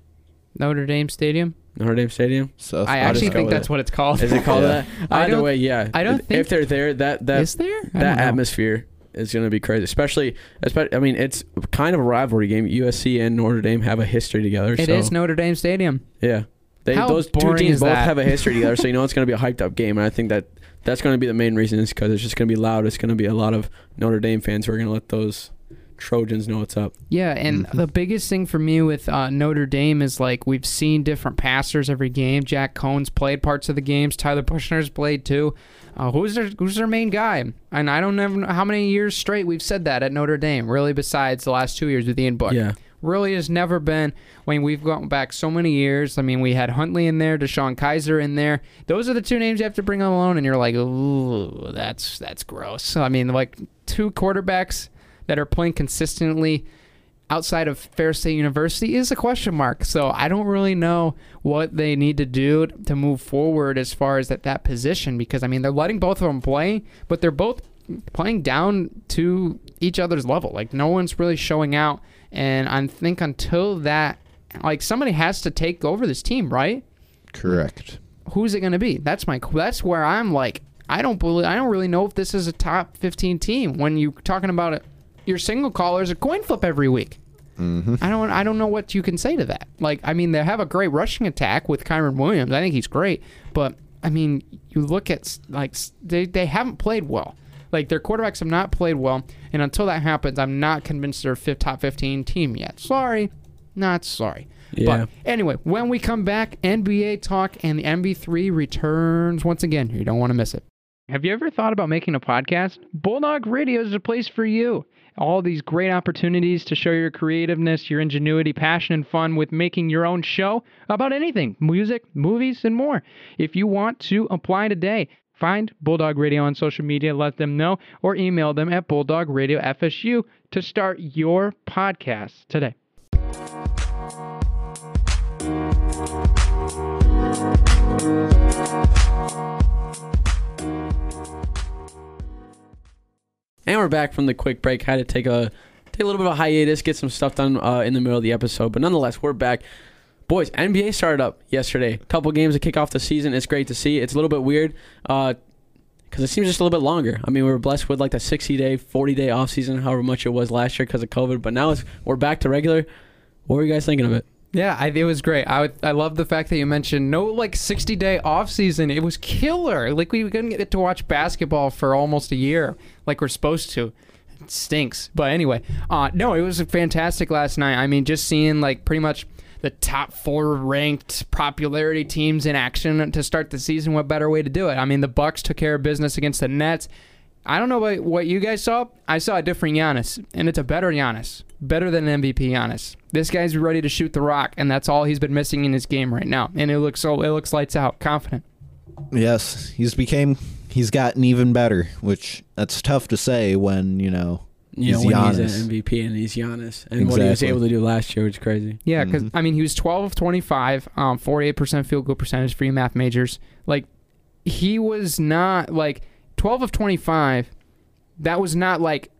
Speaker 3: Notre Dame Stadium.
Speaker 1: Notre Dame Stadium.
Speaker 2: so
Speaker 3: I
Speaker 1: I'll
Speaker 3: actually
Speaker 1: just go
Speaker 3: think
Speaker 1: with
Speaker 3: that's
Speaker 1: it.
Speaker 3: what it's called.
Speaker 1: Is it
Speaker 3: *laughs*
Speaker 1: called
Speaker 2: Yeah.
Speaker 1: that?
Speaker 3: I
Speaker 1: Either
Speaker 3: don't-
Speaker 1: way, yeah.
Speaker 3: I don't
Speaker 1: if,
Speaker 3: think-
Speaker 1: if they're there, that that
Speaker 3: Is there? I
Speaker 1: that
Speaker 3: don't know.
Speaker 1: atmosphere is gonna be crazy. Especially, especially. I mean, it's kind of a rivalry game. USC and Notre Dame have a history together.
Speaker 3: It
Speaker 1: so,
Speaker 3: is Notre Dame Stadium.
Speaker 1: Yeah. They,
Speaker 3: How
Speaker 1: those two
Speaker 3: boring
Speaker 1: teams
Speaker 3: is
Speaker 1: both
Speaker 3: that?
Speaker 1: have a history together, so you know it's
Speaker 3: *laughs*
Speaker 1: going to be a hyped up game. And I think that that's going to be the main reason is because it's just going to be loud. It's going to be a lot of Notre Dame fans who are going to let those Trojans know what's up.
Speaker 3: Yeah, and the biggest thing for me with uh, Notre Dame is like we've seen different passers every game. Jack Cohn's played parts of the games. Tyler Bushner's played too. Uh, who's their Who's their main guy? And I don't know how many years straight we've said that at Notre Dame. Really, besides the last two years with Ian Book.
Speaker 1: Yeah.
Speaker 3: Really has never been. I mean, we've gone back so many years. I mean, we had Huntley in there, Deshaun Kaiser in there. Those are the two names you have to bring alone, and you're like, ooh, that's that's gross. I mean, like two quarterbacks that are playing consistently outside of Fair State University is a question mark. So I don't really know what they need to do to move forward as far as that, that position because I mean they're letting both of them play, but they're both playing down to each other's level. Like no one's really showing out, and I think until that, like somebody has to take over this team, right?
Speaker 2: correct.
Speaker 3: Who's it going to be? That's my. That's where I'm like. I don't believe. I don't really know if this is a top 15 team. When you talking about it, your single caller is a coin flip every week.
Speaker 2: Mm-hmm.
Speaker 3: I don't I don't know what you can say to that. Like I mean they have a great rushing attack with Kyron Williams. I think he's great, but I mean you look at s- like s- they they haven't played well. Like their quarterbacks have not played well, and until that happens, I'm not convinced they're a fif- top 15 team yet. Sorry, not sorry.
Speaker 1: Yeah.
Speaker 3: But anyway, when we come back, NBA talk and the MB3 returns once again. You don't want to miss it. Have you ever thought about making a podcast? Bulldog Radio is the place for you. All these great opportunities to show your creativeness, your ingenuity, passion, and fun with making your own show about anything music, movies, and more. If you want to apply today, find Bulldog Radio on social media, let them know, or email them at bulldogradiofsu to start your podcast today.
Speaker 1: And we're back from the quick break. Had to take a take a little bit of a hiatus, get some stuff done uh, in the middle of the episode, but nonetheless, we're back. Boys, NBA started up yesterday. Couple games to kick off the season. It's great to see. It's a little bit weird because it seems just a little bit longer. I mean, we were blessed with like the 60 day, 40 day off season, however much it was last year because of COVID. But now it's, we're back to regular. What were you guys thinking of it?
Speaker 3: Yeah, I, it was great. I would- I love the fact that you mentioned no like 60 day off season. It was killer. Like we couldn't get to watch basketball for almost a year like we're supposed to. It stinks. But anyway, uh no, it was fantastic last night. I mean, just seeing like pretty much the top four ranked popularity teams in action to start the season. What better way to do it? I mean, the Bucks took care of business against the Nets. I don't know what, what you guys saw. I saw a different Giannis, and it's a better Giannis, better than an MVP Giannis. This guy's ready to shoot the rock, and that's all he's been missing in his game right now. And it looks so it looks lights out, confident.
Speaker 2: Yes, he's became he's gotten even better, which that's tough to say when you know
Speaker 1: You
Speaker 2: he's
Speaker 1: know, when
Speaker 2: Giannis.
Speaker 1: he's an MVP and he's Giannis, and what he was
Speaker 2: Exactly.
Speaker 1: able to do last year was crazy.
Speaker 3: Yeah, because I mean, he was 12 of 25, um, 48% field goal percentage for you math majors. Like, he was not like 12 of 25. That was not like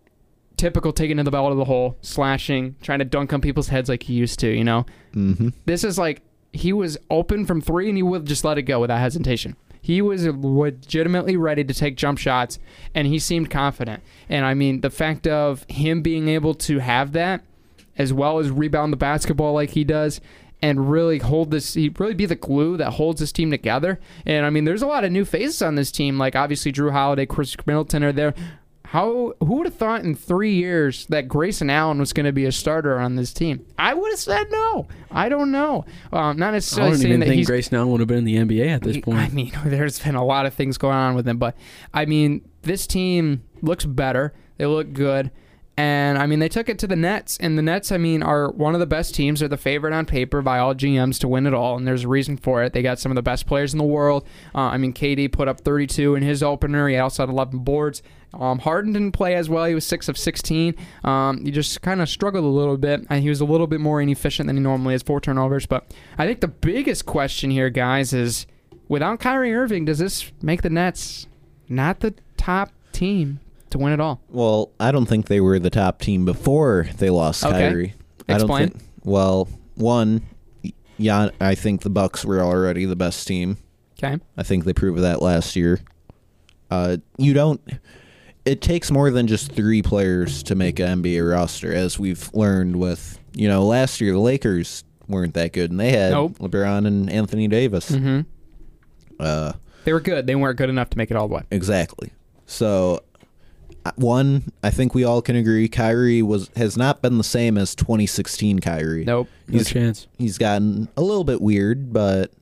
Speaker 3: typical taking to the ball to the hole, slashing, trying to dunk on people's heads like he used to, you know?
Speaker 2: hmm
Speaker 3: This is like he was open from three and he would just let it go without hesitation. He was legitimately ready to take jump shots and he seemed confident. And I mean, the fact of him being able to have that as well as rebound the basketball like he does and really hold this he really be the glue that holds this team together. And I mean, there's a lot of new faces on this team like obviously Drew Holiday, Chris Middleton are there. How who would have thought in three years that Grayson Allen was going to be a starter on this team? I would have said no. I don't know. Um, not
Speaker 1: I
Speaker 3: necessarily
Speaker 1: don't
Speaker 3: saying
Speaker 1: even
Speaker 3: that
Speaker 1: think
Speaker 3: he's
Speaker 1: Grace now would have been in the NBA at this
Speaker 3: I
Speaker 1: point.
Speaker 3: mean, *laughs* there's been a lot of things going on with them, but I mean, this team looks better. They look good. And I mean, they took it to the Nets, and the Nets, I mean, are one of the best teams. They're the favorite on paper by all GMs to win it all, and there's a reason for it. They got some of the best players in the world. Uh, I mean, KD put up 32 in his opener. He also had 11 boards. Um, Harden didn't play as well. He was six of 16. Um, he just kind of struggled a little bit, and he was a little bit more inefficient than he normally is. Four turnovers, but I think the biggest question here, guys, is without Kyrie Irving, does this make the Nets not the top team to win it all?
Speaker 2: Well, I don't think they were the top team before they lost
Speaker 3: Okay.
Speaker 2: Kyrie. I don't
Speaker 3: Explain.
Speaker 2: think. Well, one, yeah, I think the Bucks were already the best team.
Speaker 3: Okay.
Speaker 2: I think they proved that last year. Uh, you don't. It takes more than just three players to make an NBA roster, as we've learned with you know last year the Lakers weren't that good, and they had
Speaker 3: Nope.
Speaker 2: LeBron and Anthony Davis.
Speaker 3: hmm
Speaker 2: Uh,
Speaker 3: They were good. They weren't good enough to make it all the way.
Speaker 2: Exactly. So, uh, one, I think we all can agree Kyrie was has not been the same as 2016 Kyrie.
Speaker 3: Nope.
Speaker 1: No
Speaker 2: He's-
Speaker 1: chance.
Speaker 2: He's gotten a little bit weird, but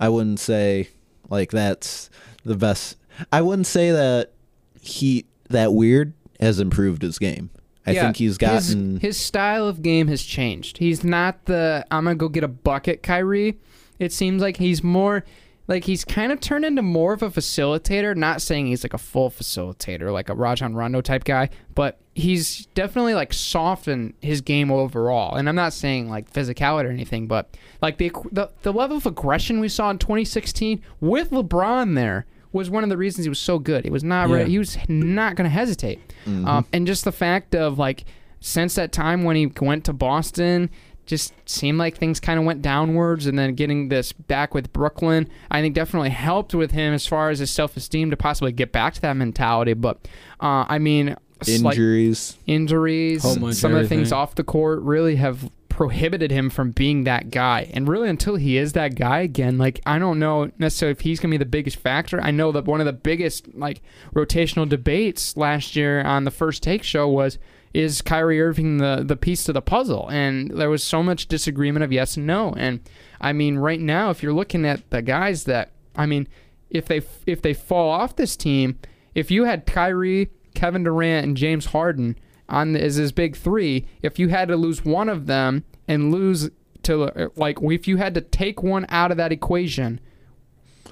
Speaker 2: I wouldn't say like that's the best. I wouldn't say that he that weird has improved his game. I
Speaker 3: Yeah,
Speaker 2: think he's gotten
Speaker 3: his, his style of game has changed. He's not the I'm gonna go get a bucket Kyrie. It seems like he's more like he's kind of turned into more of a facilitator. Not saying he's like a full facilitator, like a Rajon Rondo type guy, but he's definitely like softened his game overall. And I'm not saying like physicality or anything, but like the the, the level of aggression we saw in 2016 with LeBron there was one of the reasons he was so good. He was not
Speaker 1: Yeah.
Speaker 3: re- he was not going to hesitate. Um, and just the fact of like since that time when he went to Boston, just seemed like things kind of went downwards. And then getting this back with Brooklyn, I think definitely helped with him as far as his self esteem to possibly get back to that mentality. But uh, I mean, slight-
Speaker 2: injuries.
Speaker 3: injuries,
Speaker 1: How much
Speaker 3: some of the
Speaker 1: everything.
Speaker 3: things off the court really have prohibited him from being that guy. And really, until he is that guy again, like I don't know necessarily if he's gonna be the biggest factor. I know that one of the biggest like rotational debates last year on the first take show was. Is Kyrie Irving the, the piece to the puzzle? And there was so much disagreement of yes and no. And I mean, right now, if you're looking at the guys that I mean, if they if they fall off this team, if you had Kyrie, Kevin Durant, and James Harden on the, as his big three, if you had to lose one of them and lose to like if you had to take one out of that equation,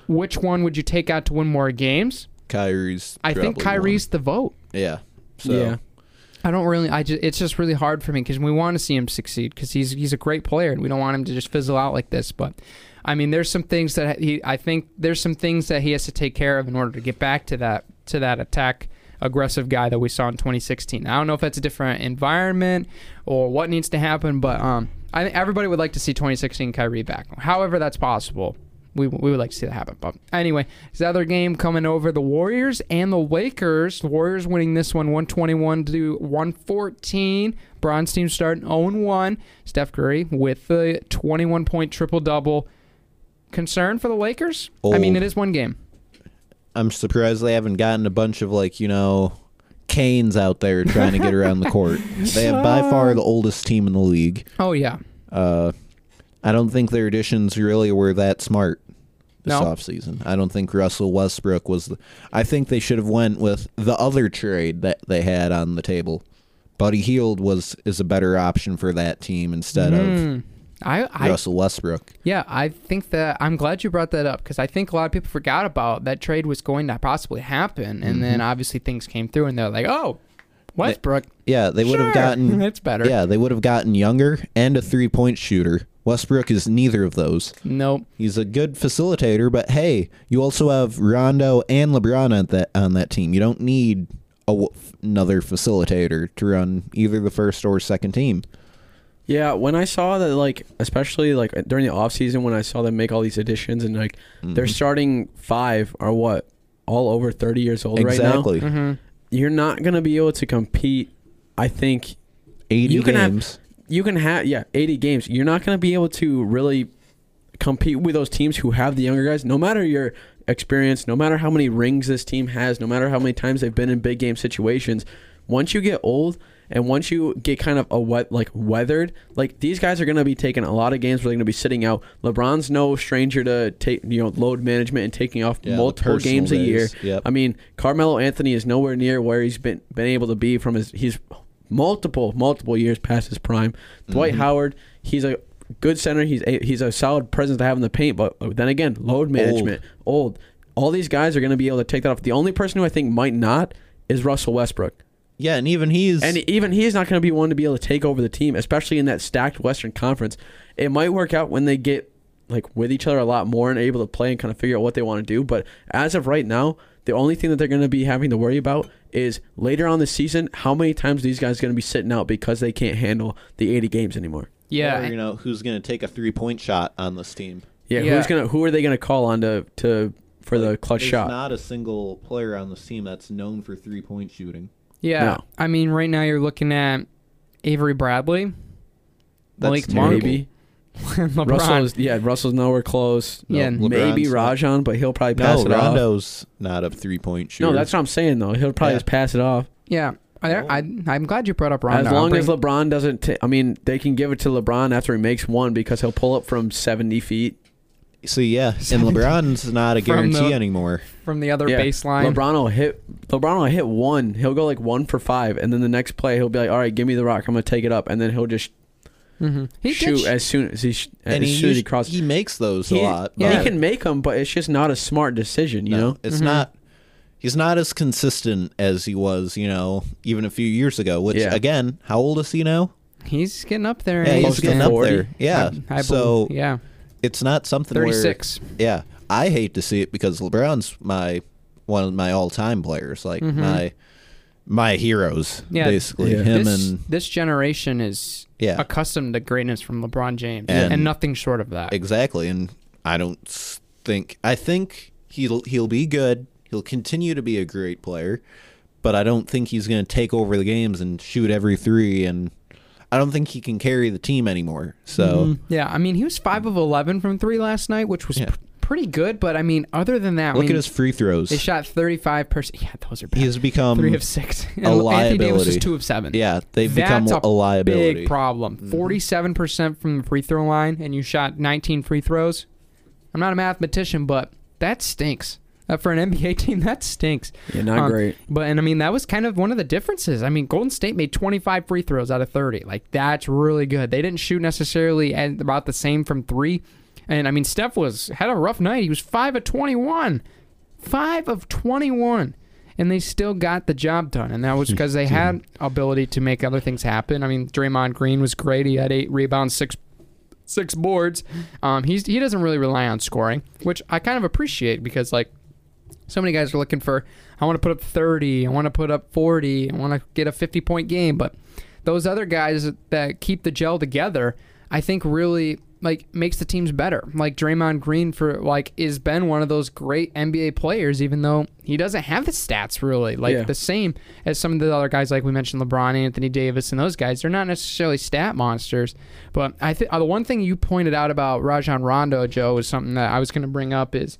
Speaker 3: which one would you take out to win more games?
Speaker 2: Kyrie's.
Speaker 3: I think
Speaker 2: probably one.
Speaker 3: Kyrie's the vote.
Speaker 2: Yeah. So
Speaker 1: Yeah.
Speaker 3: I don't really. I just. It's just really hard for me because we want to see him succeed because he's he's a great player and we don't want him to just fizzle out like this. But, I mean, there's some things that he. I think there's some things that he has to take care of in order to get back to that to that attack aggressive guy that we saw in 2016. I don't know if that's a different environment or what needs to happen, but um, I think everybody would like to see 2016 Kyrie back. However, that's possible. We, we would like to see that happen. But anyway, this other game coming over the Warriors and the Lakers. The Warriors winning this one 121 to 114. Bronze team starting 0 1. Steph Curry with the 21 point triple double. Concern for the Lakers? I mean,
Speaker 2: Old.
Speaker 3: it is one game.
Speaker 2: I'm surprised they haven't gotten a bunch of like you know canes out there trying to get around the
Speaker 3: *laughs*
Speaker 2: court. They have by far the oldest team in the league.
Speaker 3: Oh, yeah.
Speaker 2: Uh, I don't think their additions really were that smart this
Speaker 3: No.
Speaker 2: offseason. I don't think Russell Westbrook was. The, I think they should have went with the other trade that they had on the table. Buddy Heald was is a better option for that team instead
Speaker 3: Hmm. I,
Speaker 2: of
Speaker 3: I
Speaker 2: Russell Westbrook.
Speaker 3: Yeah, I think that I'm glad you brought that up because I think a lot of people forgot about that trade was going to possibly happen, and then obviously things came through, and they're like, "Oh, Westbrook,
Speaker 2: Yeah, they would
Speaker 3: sure,
Speaker 2: have gotten
Speaker 3: *laughs* it's better."
Speaker 2: Yeah, they would have gotten younger and a three point shooter. Westbrook is neither of those.
Speaker 3: nope.
Speaker 2: He's a good facilitator, but hey, you also have Rondo and LeBron on that on that team. You don't need a w another facilitator to run either the first or second team.
Speaker 1: Yeah, when I saw that, like, especially like uh, during the off season, when I saw them make all these additions and like their starting five are what all over thirty years old right now. mm-hmm.
Speaker 2: exactly,
Speaker 1: You're not gonna be able to compete. I think
Speaker 2: eighty
Speaker 1: You can have-
Speaker 2: games.
Speaker 1: you can have yeah eighty games. You're not gonna be able to really compete with those teams who have the younger guys. No matter your experience, no matter how many rings this team has, no matter how many times they've been in big game situations, once you get old and once you get kind of a wet like weathered, like these guys are going to be taking a lot of games where they're going to be sitting out. LeBron's no stranger to take you know load management and taking off
Speaker 2: Yeah, the
Speaker 1: multiple
Speaker 2: personal
Speaker 1: games a year.
Speaker 2: days. Yep.
Speaker 1: I mean, Carmelo Anthony is nowhere near where he's been been able to be from his he's multiple multiple years past his prime. Dwight Howard, he's a good center. He's a, he's a solid presence to have in the paint, but then again, load management, old. All these guys are going to be able to take that off. The only person who I think might not is Russell Westbrook.
Speaker 2: Yeah, and even he's
Speaker 1: And even he's not going to be one to be able to take over the team, especially in that stacked Western Conference. It might work out when they get like with each other a lot more and able to play and kind of figure out what they want to do. But as of right now, the only thing that they're going to be having to worry about is later on this season how many times these guys going to be sitting out because they can't handle the 80 games anymore.
Speaker 3: Yeah,
Speaker 2: or, you know who's going to take a three point shot on this team.
Speaker 1: Yeah,
Speaker 3: Yeah.
Speaker 1: who's gonna who are they going to call on to to for the
Speaker 2: Like,
Speaker 1: clutch
Speaker 2: there's
Speaker 1: shot?
Speaker 2: Not a single player on this team that's known for three point shooting.
Speaker 3: yeah.
Speaker 1: No.
Speaker 3: I mean, right now you're looking at Avery Bradley,
Speaker 2: That's
Speaker 3: Malik Monk,
Speaker 2: terrible.
Speaker 1: Maybe
Speaker 3: LeBron.
Speaker 1: Russell's yeah Russell's nowhere close.
Speaker 3: Yeah,
Speaker 2: No,
Speaker 1: Maybe
Speaker 2: LeBron's-
Speaker 1: Rajon, but he'll probably pass
Speaker 2: No,
Speaker 1: it off.
Speaker 2: Rondo's not a three point shooter.
Speaker 1: No, that's what I'm saying though. He'll probably
Speaker 2: Yeah.
Speaker 1: just pass it off.
Speaker 3: Yeah, I, I,
Speaker 2: Oh.
Speaker 3: I'm glad you brought up Rondo.
Speaker 1: As long
Speaker 3: I'll
Speaker 1: as
Speaker 3: bring-
Speaker 1: LeBron doesn't, ta- I mean, they can give it to LeBron after he makes one because he'll pull up from 70 feet.
Speaker 2: *laughs* so yeah,
Speaker 1: *laughs*
Speaker 2: and LeBron's not a
Speaker 3: From the-
Speaker 2: guarantee anymore.
Speaker 3: from the other
Speaker 1: Yeah.
Speaker 3: baseline.
Speaker 1: LeBron will hit. LeBron will hit one. He'll go like one for five, and then the next play he'll be like, "All right, give me the rock. I'm gonna take it up," and then he'll just
Speaker 3: hmm He
Speaker 1: shoot
Speaker 3: did. sh-
Speaker 1: as soon as he sh-
Speaker 2: and
Speaker 1: as
Speaker 2: he,
Speaker 1: soon as he
Speaker 2: usu-
Speaker 1: crosses.
Speaker 2: he makes those
Speaker 1: He-
Speaker 2: a lot.
Speaker 1: yeah,
Speaker 2: but
Speaker 1: he can make them, but it's just not a smart decision, you
Speaker 2: no,
Speaker 1: know.
Speaker 3: Mm-hmm.
Speaker 2: it's not. He's not as consistent as he was, you know, even a few years ago. Which
Speaker 1: Yeah.
Speaker 2: again, how old is he now?
Speaker 3: he's getting up there.
Speaker 2: Yeah,
Speaker 3: in
Speaker 1: close
Speaker 2: he's
Speaker 3: age,
Speaker 1: to
Speaker 2: getting
Speaker 3: man.
Speaker 2: up
Speaker 1: 40.
Speaker 2: there. Yeah,
Speaker 3: I, I
Speaker 2: so
Speaker 3: believe, yeah,
Speaker 2: it's not something where-
Speaker 3: 36.
Speaker 2: Yeah, I hate to see it because LeBron's my one of my all-time players, like my my heroes,
Speaker 3: Mm-hmm. Yeah.
Speaker 2: basically
Speaker 1: Yeah.
Speaker 2: him
Speaker 3: this,
Speaker 2: and
Speaker 3: this generation is
Speaker 2: Yeah.
Speaker 3: accustomed to greatness from LeBron James, and,
Speaker 2: And-
Speaker 3: nothing short of that.
Speaker 2: exactly. And I don't s- think I think he'll he'll be good. He'll continue to be a great player, but I don't think he's going to take over the games and shoot every three. And I don't think he can carry the team anymore. So
Speaker 3: yeah, I mean, he was five of eleven from three last night, which was
Speaker 2: Yeah.
Speaker 3: pr- pretty good. But I mean, other than that, I
Speaker 2: look
Speaker 3: mean,
Speaker 2: at his free throws.
Speaker 3: They shot thirty five percent. Yeah, those are bad.
Speaker 2: He's become
Speaker 3: three of six. And *laughs* Anthony
Speaker 2: Um,
Speaker 3: Davis was
Speaker 2: liability.
Speaker 3: two of seven.
Speaker 2: yeah, they've
Speaker 3: That's
Speaker 2: become a, liability. Mm-hmm.
Speaker 3: Big problem. Forty-seven percent from the free throw line, and you shot nineteen free throws. I'm not a mathematician, but that stinks. Uh, for an NBA *laughs* team, that stinks.
Speaker 1: Yeah, not
Speaker 3: Um,
Speaker 1: great.
Speaker 3: But and I mean that was kind of one of the differences. I mean, Golden State made 25 free throws out of 30. Like that's really good. They didn't shoot necessarily at about the same from three. And I mean, Steph was had a rough night. He was five of 21, five of 21, and they still got the job done. And that was because they had ability to make other things happen. I mean, Draymond Green was great. He had eight rebounds, six six boards. Um, he's he doesn't really rely on scoring, which I kind of appreciate because like so many guys are looking for I want to put up 30, I want to put up 40, I want to get a 50 point game, but those other guys that keep the gel together, I think really like makes the teams better. Like Draymond Green for like is been one of those great NBA players even though he doesn't have the stats really like
Speaker 1: Yeah.
Speaker 3: the same as some of the other guys like we mentioned LeBron, Anthony Davis and those guys. They're not necessarily stat monsters, but I think the one thing you pointed out about Rajon Rondo Joe is something that I was going to bring up is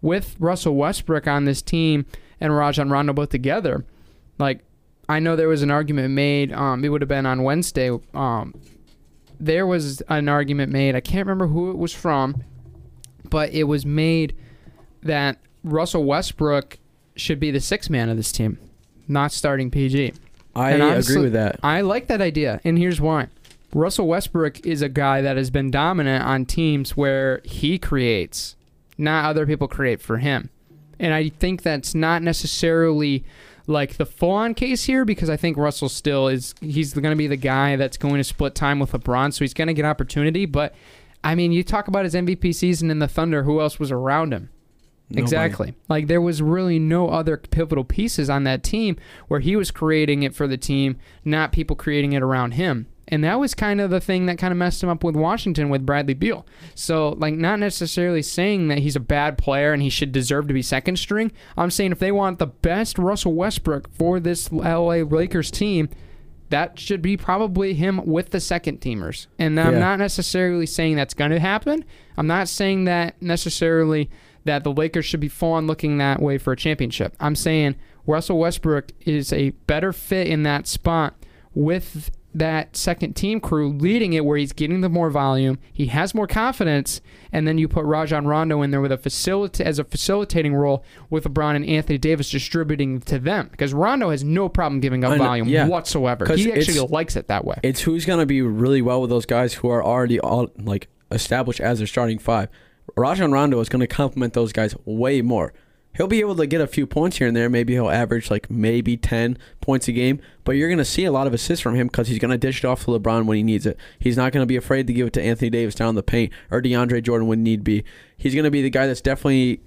Speaker 3: with Russell Westbrook on this team and Rajon Rondo both together, like I know there was an argument made. Um, it would have been on Wednesday. Um, there was an argument made. I can't remember who it was from, but it was made that Russell Westbrook should be the sixth man of this team, not starting PG.
Speaker 1: I
Speaker 3: And
Speaker 1: agree
Speaker 3: honestly,
Speaker 1: with that.
Speaker 3: I like that idea, and here's why. Russell Westbrook is a guy that has been dominant on teams where he creates, not other people create for him. And I think that's not necessarily like the full on case here because I think Russell still is, he's going to be the guy that's going to split time with LeBron, so he's going to get opportunity. But I mean, you talk about his MVP season in the Thunder, who else was around him? Exactly. Like there was really no other pivotal pieces on that team where he was creating it for the team, not people creating it around him. And that was kind of the thing that kind of messed him up with Washington with Bradley Beal. So, like not necessarily saying that he's a bad player and he should deserve to be second string. I'm saying if they want the best Russell Westbrook for this LA Lakers team, that should be probably him with the second teamers. And I'm
Speaker 1: Yeah.
Speaker 3: not necessarily saying that's going to happen. I'm not saying that necessarily that the Lakers should be on looking that way for a championship. I'm saying Russell Westbrook is a better fit in that spot with that second team crew leading it where he's getting the more volume, he has more confidence, and then you put Rajon Rondo in there with a facilita- as a facilitating role with LeBron and Anthony Davis distributing to them because Rondo has no problem giving up
Speaker 1: I know,
Speaker 3: volume
Speaker 1: yeah.
Speaker 3: whatsoever.
Speaker 1: 'Cause
Speaker 3: He actually
Speaker 1: it's-
Speaker 3: likes it that way.
Speaker 1: It's who's gonna be really well with those guys who are already all like established as their starting five. Rajon Rondo is gonna complement those guys way more. He'll be able to get a few points here and there. Maybe he'll average like maybe ten points a game, but you're gonna see a lot of assists from him because he's gonna dish it off to LeBron when he needs it. He's not gonna be afraid to give it to Anthony Davis down the paint or DeAndre Jordan when need be. He's gonna be the guy that's definitely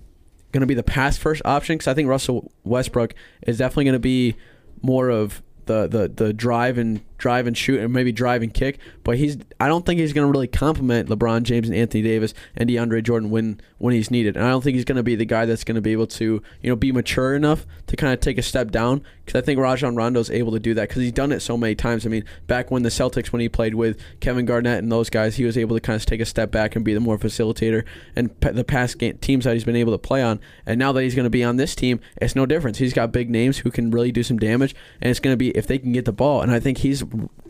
Speaker 1: going to be the pass first option because I think Russell Westbrook is definitely going to be more of the, the the drive and drive and shoot and maybe drive and kick. But he's I don't think he's going to really complement LeBron James and Anthony Davis and DeAndre Jordan when when he's needed. And I don't think he's going to be the guy that's going to be able to you know be mature enough to kind of take a step down because I think Rajon Rondo's able to do that because he's done it so many times. I mean, back when the Celtics when he played with Kevin Garnett and those guys, he was able to kind of take a step back and be the more facilitator and pa- the past game, teams that he's been able to play on. And now that he's going to be on this team, it's no difference. He's got big names who can really do some damage, and it's going to be if they can get the ball. And I think he's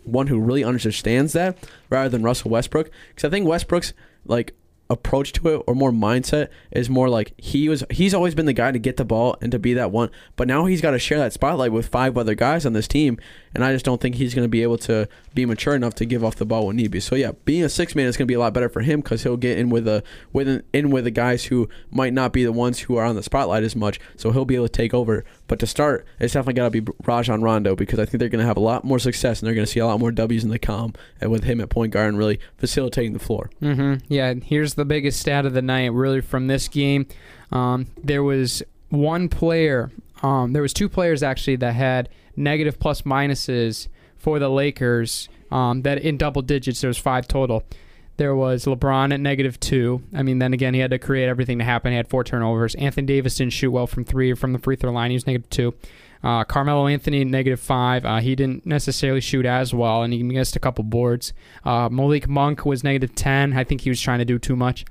Speaker 1: one who really understands that rather than Russell Westbrook because I think Westbrook's like approach to it or more mindset is more like he was he's always been the guy to get the ball and to be that one but now he's got to share that spotlight with five other guys on this team and I just don't think he's going to be able to be mature enough to give off the ball when need be so yeah being a six man is going to be a lot better for him because he'll get in with a with an, in with the guys who might not be the ones who are on the spotlight as much so he'll be able to take over but to start it's definitely got to be Rajon Rondo because I think they're going to have a lot more success and they're going to see a lot more W's in the column and with him at point guard and really facilitating the floor
Speaker 3: hmm Yeah, and here's the biggest stat of the night, really, from this game. Um, there was one player, um, there was two players actually that had negative plus minuses for the Lakers. Um, that in double digits, there was five total. There was LeBron at negative two. I mean, then again, he had to create everything to happen. He had four turnovers. Anthony Davis didn't shoot well from three or from the free throw line. He was negative two. Uh, Carmelo Anthony negative five. Uh, he didn't necessarily shoot as well, and he missed a couple boards. Uh, Malik Monk was negative ten. I think he was trying to do too much.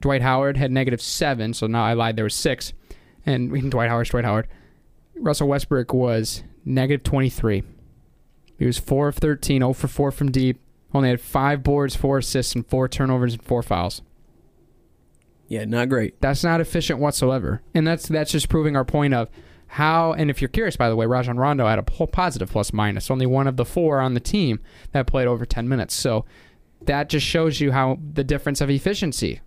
Speaker 3: Dwight Howard had negative seven, so now I lied. There was six, and *laughs* Dwight Howard's Dwight Howard. Russell Westbrook was negative twenty three. He was four of 13, 0 for four from deep. Only had five boards, four assists, and four turnovers and four fouls.
Speaker 1: yeah not great
Speaker 3: That's not efficient whatsoever. And that's that's just proving our point of how and if you're curious by the way, Rajon Rondo had a po- positive plus minus, only one of the four on the team that played over 10 minutes. So that just shows you how the difference of efficiency.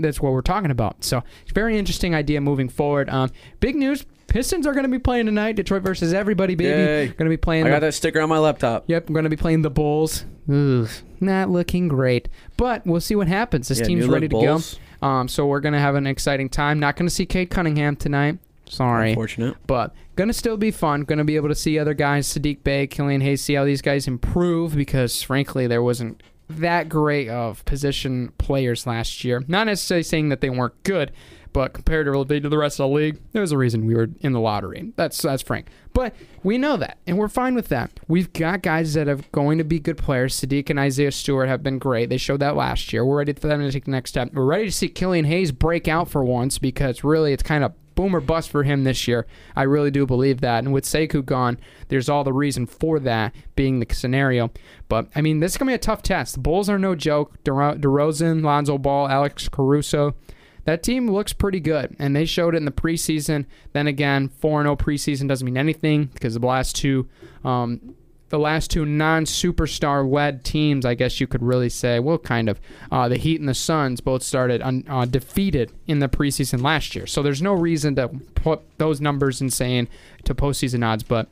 Speaker 3: That's what we're talking about. So it's a very interesting idea moving forward. Um, big news: Pistons are going to be playing tonight. Detroit versus everybody,
Speaker 1: Yay.
Speaker 3: baby. Going to be playing.
Speaker 1: I
Speaker 3: the-
Speaker 1: got that sticker on my laptop.
Speaker 3: Yep, I'm going to be playing the Bulls. Ugh, not looking great, but we'll see what happens. This
Speaker 1: Yeah,
Speaker 3: team's
Speaker 1: new look
Speaker 3: ready to
Speaker 1: Bulls.
Speaker 3: go. Um, so we're going to have an exciting time. Not going to see Kate Cunningham tonight. Sorry,
Speaker 1: Unfortunate.
Speaker 3: but going to still be fun. Going to be able to see other guys, Sadiq Bay, Killian Hayes, see how these guys improve because frankly there wasn't that great of position players last year. Not necessarily saying that they weren't good, but comparatively to the rest of the league, there's a reason we were in the lottery. That's that's frank. But we know that, and we're fine with that. We've got guys that are going to be good players. Sadiq and Isaiah Stewart have been great. They showed that last year. We're ready for them to take the next step. We're ready to see Killian Hayes break out for once because really it's kind of boom or bust for him this year. I really do believe that. And with Sekou gone, there's all the reason for that being the scenario. But I mean, this is gonna be a tough test. The Bulls are no joke. DeRo- DeRozan, Lonzo Ball, Alex Caruso. That team looks pretty good, and they showed it in the preseason. Then again, four zero preseason doesn't mean anything because the last two, um, the last two non-superstar led teams, I guess you could really say, well, kind of, uh, the Heat and the Suns both started un- uh, defeated in the preseason last year. So there's no reason to put those numbers in saying to postseason odds, but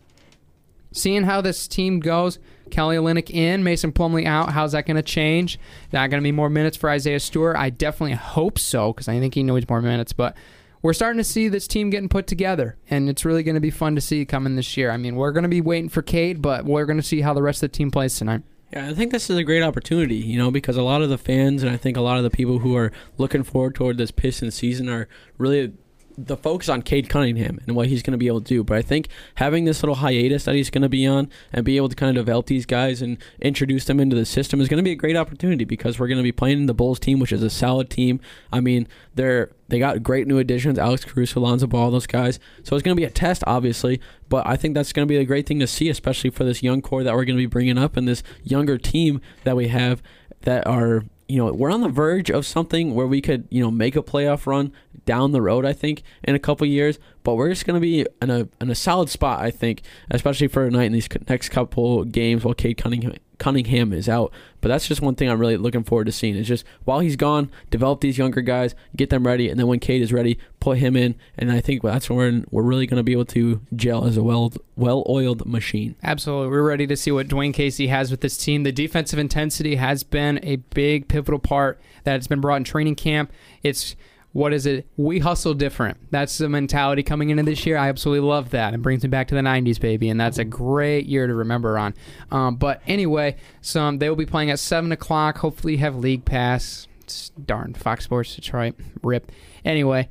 Speaker 3: seeing how this team goes. Kelly Olynyk in, Mason Plumley out. How's that going to change? Not going to be more minutes for Isaiah Stewart. I definitely hope so because I think he needs more minutes. But we're starting to see this team getting put together, and it's really going to be fun to see coming this year. I mean, we're going to be waiting for Cade, but we're going to see how the rest of the team plays tonight.
Speaker 1: Yeah, I think this is a great opportunity, you know, because a lot of the fans and I think a lot of the people who are looking forward toward this Pistons season are really the focus on Cade Cunningham and what he's going to be able to do. But I think having this little hiatus that he's going to be on and be able to kind of develop these guys and introduce them into the system is going to be a great opportunity because we're going to be playing the Bulls team, which is a solid team. I mean, they're they got great new additions, Alex Caruso, Lonzo Ball, those guys. So it's going to be a test, obviously, but I think that's going to be a great thing to see, especially for this young core that we're going to be bringing up and this younger team that we have that are you know we're on the verge of something where we could you know make a playoff run down the road i think in a couple years but we're just going to be in a in a solid spot i think especially for tonight in these c- next couple games while Cade Cunningham Cunningham is out but that's just one thing I'm really looking forward to seeing is just while he's gone develop these younger guys get them ready and then when Cade is ready put him in and I think that's when we're really going to be able to gel as a well well oiled machine *laughs*
Speaker 3: Absolutely. We're ready to see what Dwayne Casey has with this team. The defensive intensity has been a big pivotal part that's been brought in training camp. It's what is it? We hustle different. That's the mentality coming into this year. I absolutely love that. It brings me back to the 90s, baby, and that's a great year to remember on. Um, but anyway, some they will be playing at 7 o'clock. Hopefully, you have League Pass. It's darn Fox Sports Detroit. Rip. Anyway,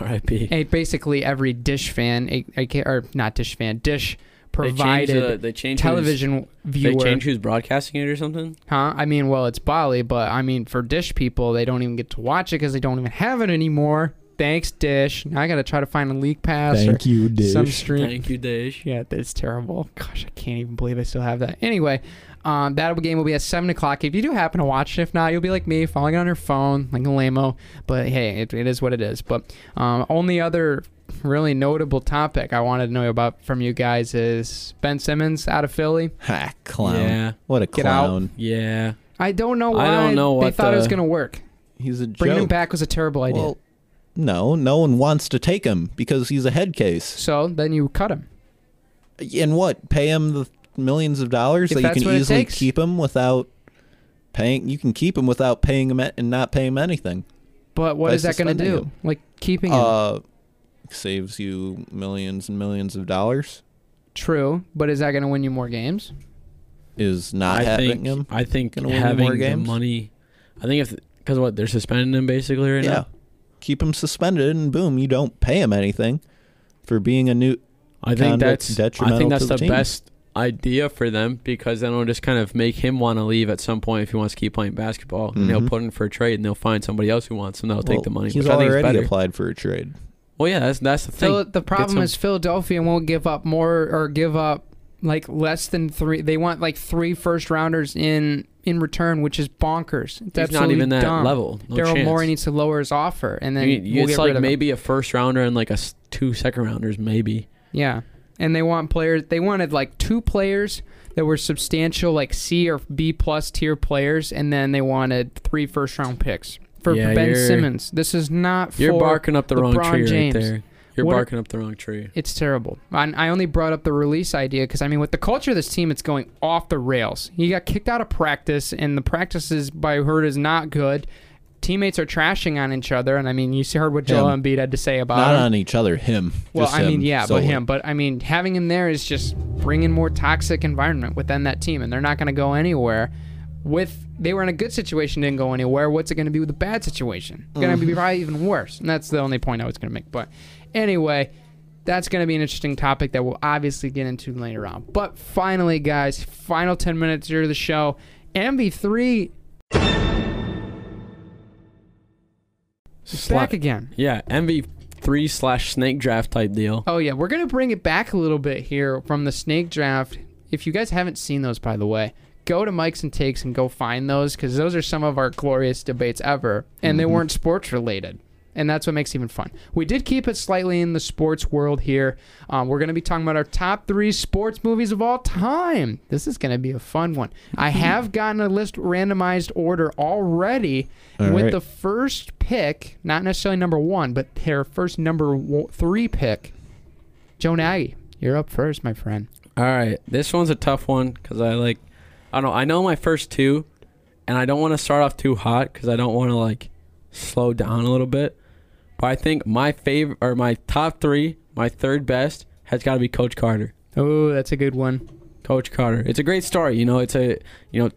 Speaker 1: RIP
Speaker 3: eh, basically every Dish fan, eh, eh, or not Dish fan, Dish provided
Speaker 1: they changed
Speaker 3: television
Speaker 1: They
Speaker 3: viewer.
Speaker 1: change who's broadcasting it or something?
Speaker 3: huh? I mean, well, it's Bali, but I mean, for Dish people, they don't even get to watch it because they don't even have it anymore. Thanks, Dish. Now I got to try to find a league pass or
Speaker 2: you,
Speaker 3: some stream.
Speaker 1: Thank you, Dish.
Speaker 3: Yeah, that's terrible. Gosh, I can't even believe I still have that. Anyway, um, that game will be at 7 o'clock. If you do happen to watch it, if not, you'll be like me, falling on your phone like a lamo. But hey, it, it is what it is. But um, only other really notable topic I wanted to know about from you guys is Ben Simmons out of Philly.
Speaker 2: *laughs* Ha, clown.
Speaker 1: Yeah.
Speaker 2: What a
Speaker 3: Get out.
Speaker 2: clown.
Speaker 1: Yeah.
Speaker 3: I don't know why
Speaker 1: I don't know
Speaker 3: they
Speaker 1: what
Speaker 3: thought it was
Speaker 1: the-
Speaker 3: going to work.
Speaker 2: He's a
Speaker 3: Bringing
Speaker 2: joke.
Speaker 3: him back was a terrible idea.
Speaker 2: Well, no, no one wants to take him because he's a head case.
Speaker 3: so then you cut him.
Speaker 2: And what? Pay him the millions of dollars
Speaker 3: If
Speaker 2: that
Speaker 3: that's
Speaker 2: you
Speaker 3: what
Speaker 2: can
Speaker 3: it
Speaker 2: easily
Speaker 3: takes.
Speaker 2: keep him without paying. You can keep him without paying him a- and not paying him anything.
Speaker 3: But what
Speaker 2: By
Speaker 3: is that going to do?
Speaker 2: suspending him.
Speaker 3: Like keeping him.
Speaker 2: Uh, saves you millions and millions of dollars.
Speaker 3: True, but is that going to win you more games?
Speaker 2: Is not
Speaker 1: I
Speaker 2: having
Speaker 1: think
Speaker 2: him.
Speaker 1: I think
Speaker 2: Gonna win you
Speaker 1: having
Speaker 2: more
Speaker 1: the
Speaker 2: games?
Speaker 1: money I think if cuz what they're suspending him basically right
Speaker 2: yeah.
Speaker 1: now.
Speaker 2: Keep him suspended, and boom, you don't pay him anything for being a new.
Speaker 1: I think
Speaker 2: Conduct
Speaker 1: that's I
Speaker 2: detrimental
Speaker 1: think
Speaker 2: to
Speaker 1: that's
Speaker 2: the
Speaker 1: the,
Speaker 2: team.
Speaker 1: best idea for them because then it'll just kind of make him want to leave at some point if he wants to keep playing basketball and they'll
Speaker 2: Mhm.
Speaker 1: put in for a trade and they'll find somebody else who wants him that'll
Speaker 2: Well,
Speaker 1: take the money.
Speaker 2: He's
Speaker 1: which I think is
Speaker 2: already
Speaker 1: better.
Speaker 2: applied for a trade.
Speaker 1: Well, yeah, that's that's the thing.
Speaker 3: Phil, the problem
Speaker 1: some-
Speaker 3: is Philadelphia won't give up more or give up like less than three. They want like three first rounders in in return, which is bonkers. It's
Speaker 1: He's not
Speaker 3: absolutely
Speaker 1: even that
Speaker 3: dumb.
Speaker 1: level. No
Speaker 3: Daryl
Speaker 1: chance.
Speaker 3: Morey needs to lower his offer, and then
Speaker 1: You- you-
Speaker 3: we'll
Speaker 1: it's
Speaker 3: get
Speaker 1: like
Speaker 3: rid of him.
Speaker 1: maybe a first rounder and like a s- two second rounders maybe.
Speaker 3: Yeah. And they want players they wanted like two players that were substantial like C or B plus tier players and then they wanted three first round picks for
Speaker 1: Yeah,
Speaker 3: Ben
Speaker 1: you're-
Speaker 3: Simmons. This is not for
Speaker 1: You're barking up the wrong
Speaker 3: LeBron
Speaker 1: tree
Speaker 3: James.
Speaker 1: right there. You're
Speaker 3: What a-
Speaker 1: barking up the wrong tree.
Speaker 3: it's terrible. I, I only brought up the release idea because I mean, with the culture of this team, it's going off the rails. He got kicked out of practice, and the practices by Hurt is not good. Teammates are trashing on each other, and I mean, you heard what Joel
Speaker 2: Him.
Speaker 3: Embiid had to say about
Speaker 2: Not
Speaker 3: him.
Speaker 2: on each other. Him.
Speaker 3: Uh, Well,
Speaker 2: Just
Speaker 3: I mean,
Speaker 2: him
Speaker 3: yeah,
Speaker 2: solo.
Speaker 3: but him. But I mean, having him there is just bringing more toxic environment within that team, and they're not going to go anywhere. With they were in a good situation, didn't go anywhere. What's it going to be with a bad situation? Going
Speaker 2: Mm-hmm.
Speaker 3: to be probably even worse. And that's the only point I was going to make. But anyway, that's going to be an interesting topic that we'll obviously get into later on. But finally, guys, final ten minutes here of the show. MV3 back
Speaker 1: Sla-
Speaker 3: again.
Speaker 1: Yeah, MV three slash snake draft type deal.
Speaker 3: Oh yeah, we're gonna bring it back a little bit here from the snake draft. If you guys haven't seen those, by the way, go to Mike's and Takes and go find those because those are some of our glorious debates ever, and
Speaker 2: Mm-hmm.
Speaker 3: they weren't sports related, and that's what makes it even fun. We did keep it slightly in the sports world here. Um, we're gonna be talking about our top three sports movies of all time. This is gonna be a fun one.
Speaker 2: *laughs*
Speaker 3: I have gotten a list randomized order already
Speaker 2: All
Speaker 3: with
Speaker 2: right.
Speaker 3: the first pick, not necessarily number one, but their first number wo- three pick. Joe Nagy, you're up first, my friend.
Speaker 1: All right, this one's a tough one because I like, I don't know, I know my first two, and I don't want to start off too hot because I don't want to like slow down a little bit. But I think my favorite or my top three, my third best, has got to be Coach Carter.
Speaker 3: Oh, that's a good one.
Speaker 1: Coach Carter. It's a great story. You know, it's a you know,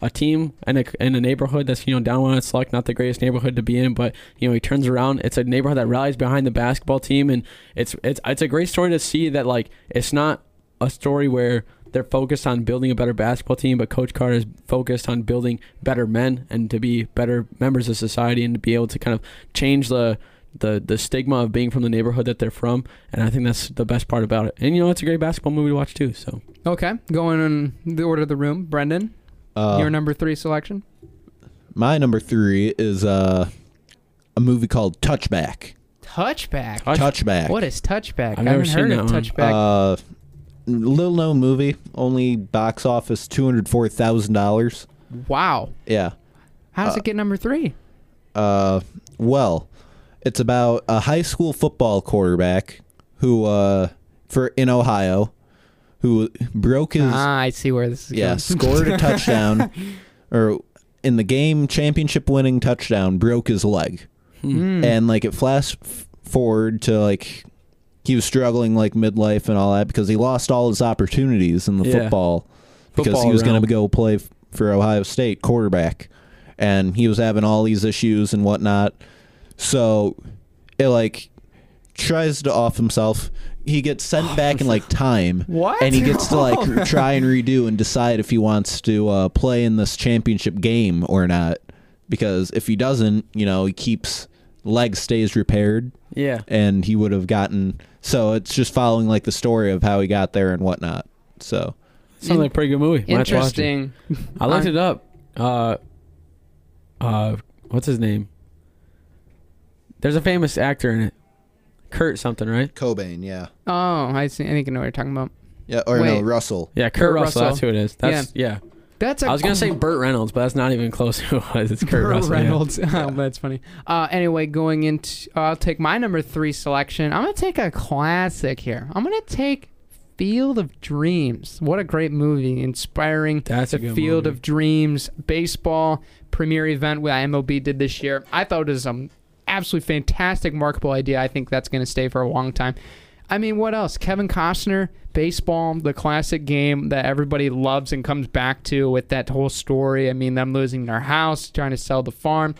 Speaker 1: a team and a, and a neighborhood that's you know down on its luck, not the greatest neighborhood to be in, but you know he turns around. It's a neighborhood that rallies behind the basketball team, and it's it's it's a great story to see that like it's not a story where they're focused on building a better basketball team, but Coach Carter is focused on building better men and to be better members of society and to be able to kind of change the the the stigma of being from the neighborhood that they're from. And I think that's the best part about it. And you know, it's a great basketball movie to watch too. So
Speaker 3: Okay, going in the order of the room. Brendan,
Speaker 2: Uh,
Speaker 3: your number three selection.
Speaker 2: my number three is uh, a movie called Touchback.
Speaker 3: Touchback.
Speaker 1: Touch-
Speaker 2: Touchback.
Speaker 3: What is touchback?
Speaker 1: I've
Speaker 3: I
Speaker 1: never
Speaker 3: haven't
Speaker 1: seen
Speaker 3: heard
Speaker 1: that
Speaker 3: of
Speaker 1: one.
Speaker 3: touchback.
Speaker 2: Uh, little known movie, only box office two hundred four thousand dollars.
Speaker 3: wow.
Speaker 2: Yeah.
Speaker 3: How does it get number three?
Speaker 2: Uh, well, it's about a high school football quarterback who uh for in Ohio who broke his
Speaker 3: Ah, I see where this is
Speaker 2: yeah scored a
Speaker 1: *laughs*
Speaker 2: touchdown or in the game championship winning touchdown broke his leg
Speaker 1: Hmm.
Speaker 3: going. Mm.
Speaker 2: and like it flashed f- forward to like he was struggling like midlife and all that because he lost all his opportunities in the
Speaker 1: Yeah.
Speaker 2: football because
Speaker 1: Football
Speaker 2: he was going
Speaker 1: realm.
Speaker 2: to go play f- for Ohio State quarterback, and he was having all these issues and whatnot. So it like tries to off himself. He gets sent back in like time,
Speaker 3: What?
Speaker 2: and he gets to like *laughs* r- try and redo and decide if he wants to uh, play in this championship game or not. Because if he doesn't, you know, he keeps leg stays repaired,
Speaker 1: yeah,
Speaker 2: and he would have gotten. So it's just following like the story of how he got there and whatnot. So
Speaker 1: sounds like a pretty good movie. Might watch it.
Speaker 3: *laughs* Interesting.
Speaker 1: I looked
Speaker 3: I-
Speaker 1: it up. Uh, uh, what's his name? There's a famous actor in it, Kurt something, right?
Speaker 2: Cobain, yeah.
Speaker 3: Oh, I see. I think I know what you're talking about.
Speaker 2: Yeah, or no,
Speaker 3: Wait.
Speaker 2: Russell.
Speaker 1: Yeah, Kurt,
Speaker 3: Kurt
Speaker 1: Russell,
Speaker 3: Russell.
Speaker 1: That's who it is. That's yeah.
Speaker 3: That's a
Speaker 1: I was gonna say Burt Reynolds, but that's not even close *laughs* to who it was. It's Kurt,
Speaker 3: Burt
Speaker 1: Russell. yeah.
Speaker 3: Reynolds. *laughs* oh, that's funny. Uh, anyway, going into, I'll take my number three selection. I'm gonna take a classic here. I'm gonna take Field of Dreams. What a great movie, inspiring.
Speaker 1: That's a
Speaker 3: the
Speaker 1: good
Speaker 3: Field
Speaker 1: movie.
Speaker 3: of Dreams baseball premier event with MLB did this year. I thought it was an absolutely fantastic, marketable idea. I think that's going to stay for a long time. I mean, what else? Kevin Costner, baseball, the classic game that everybody loves and comes back to with that whole story. I mean, them losing their house, trying to sell the farm,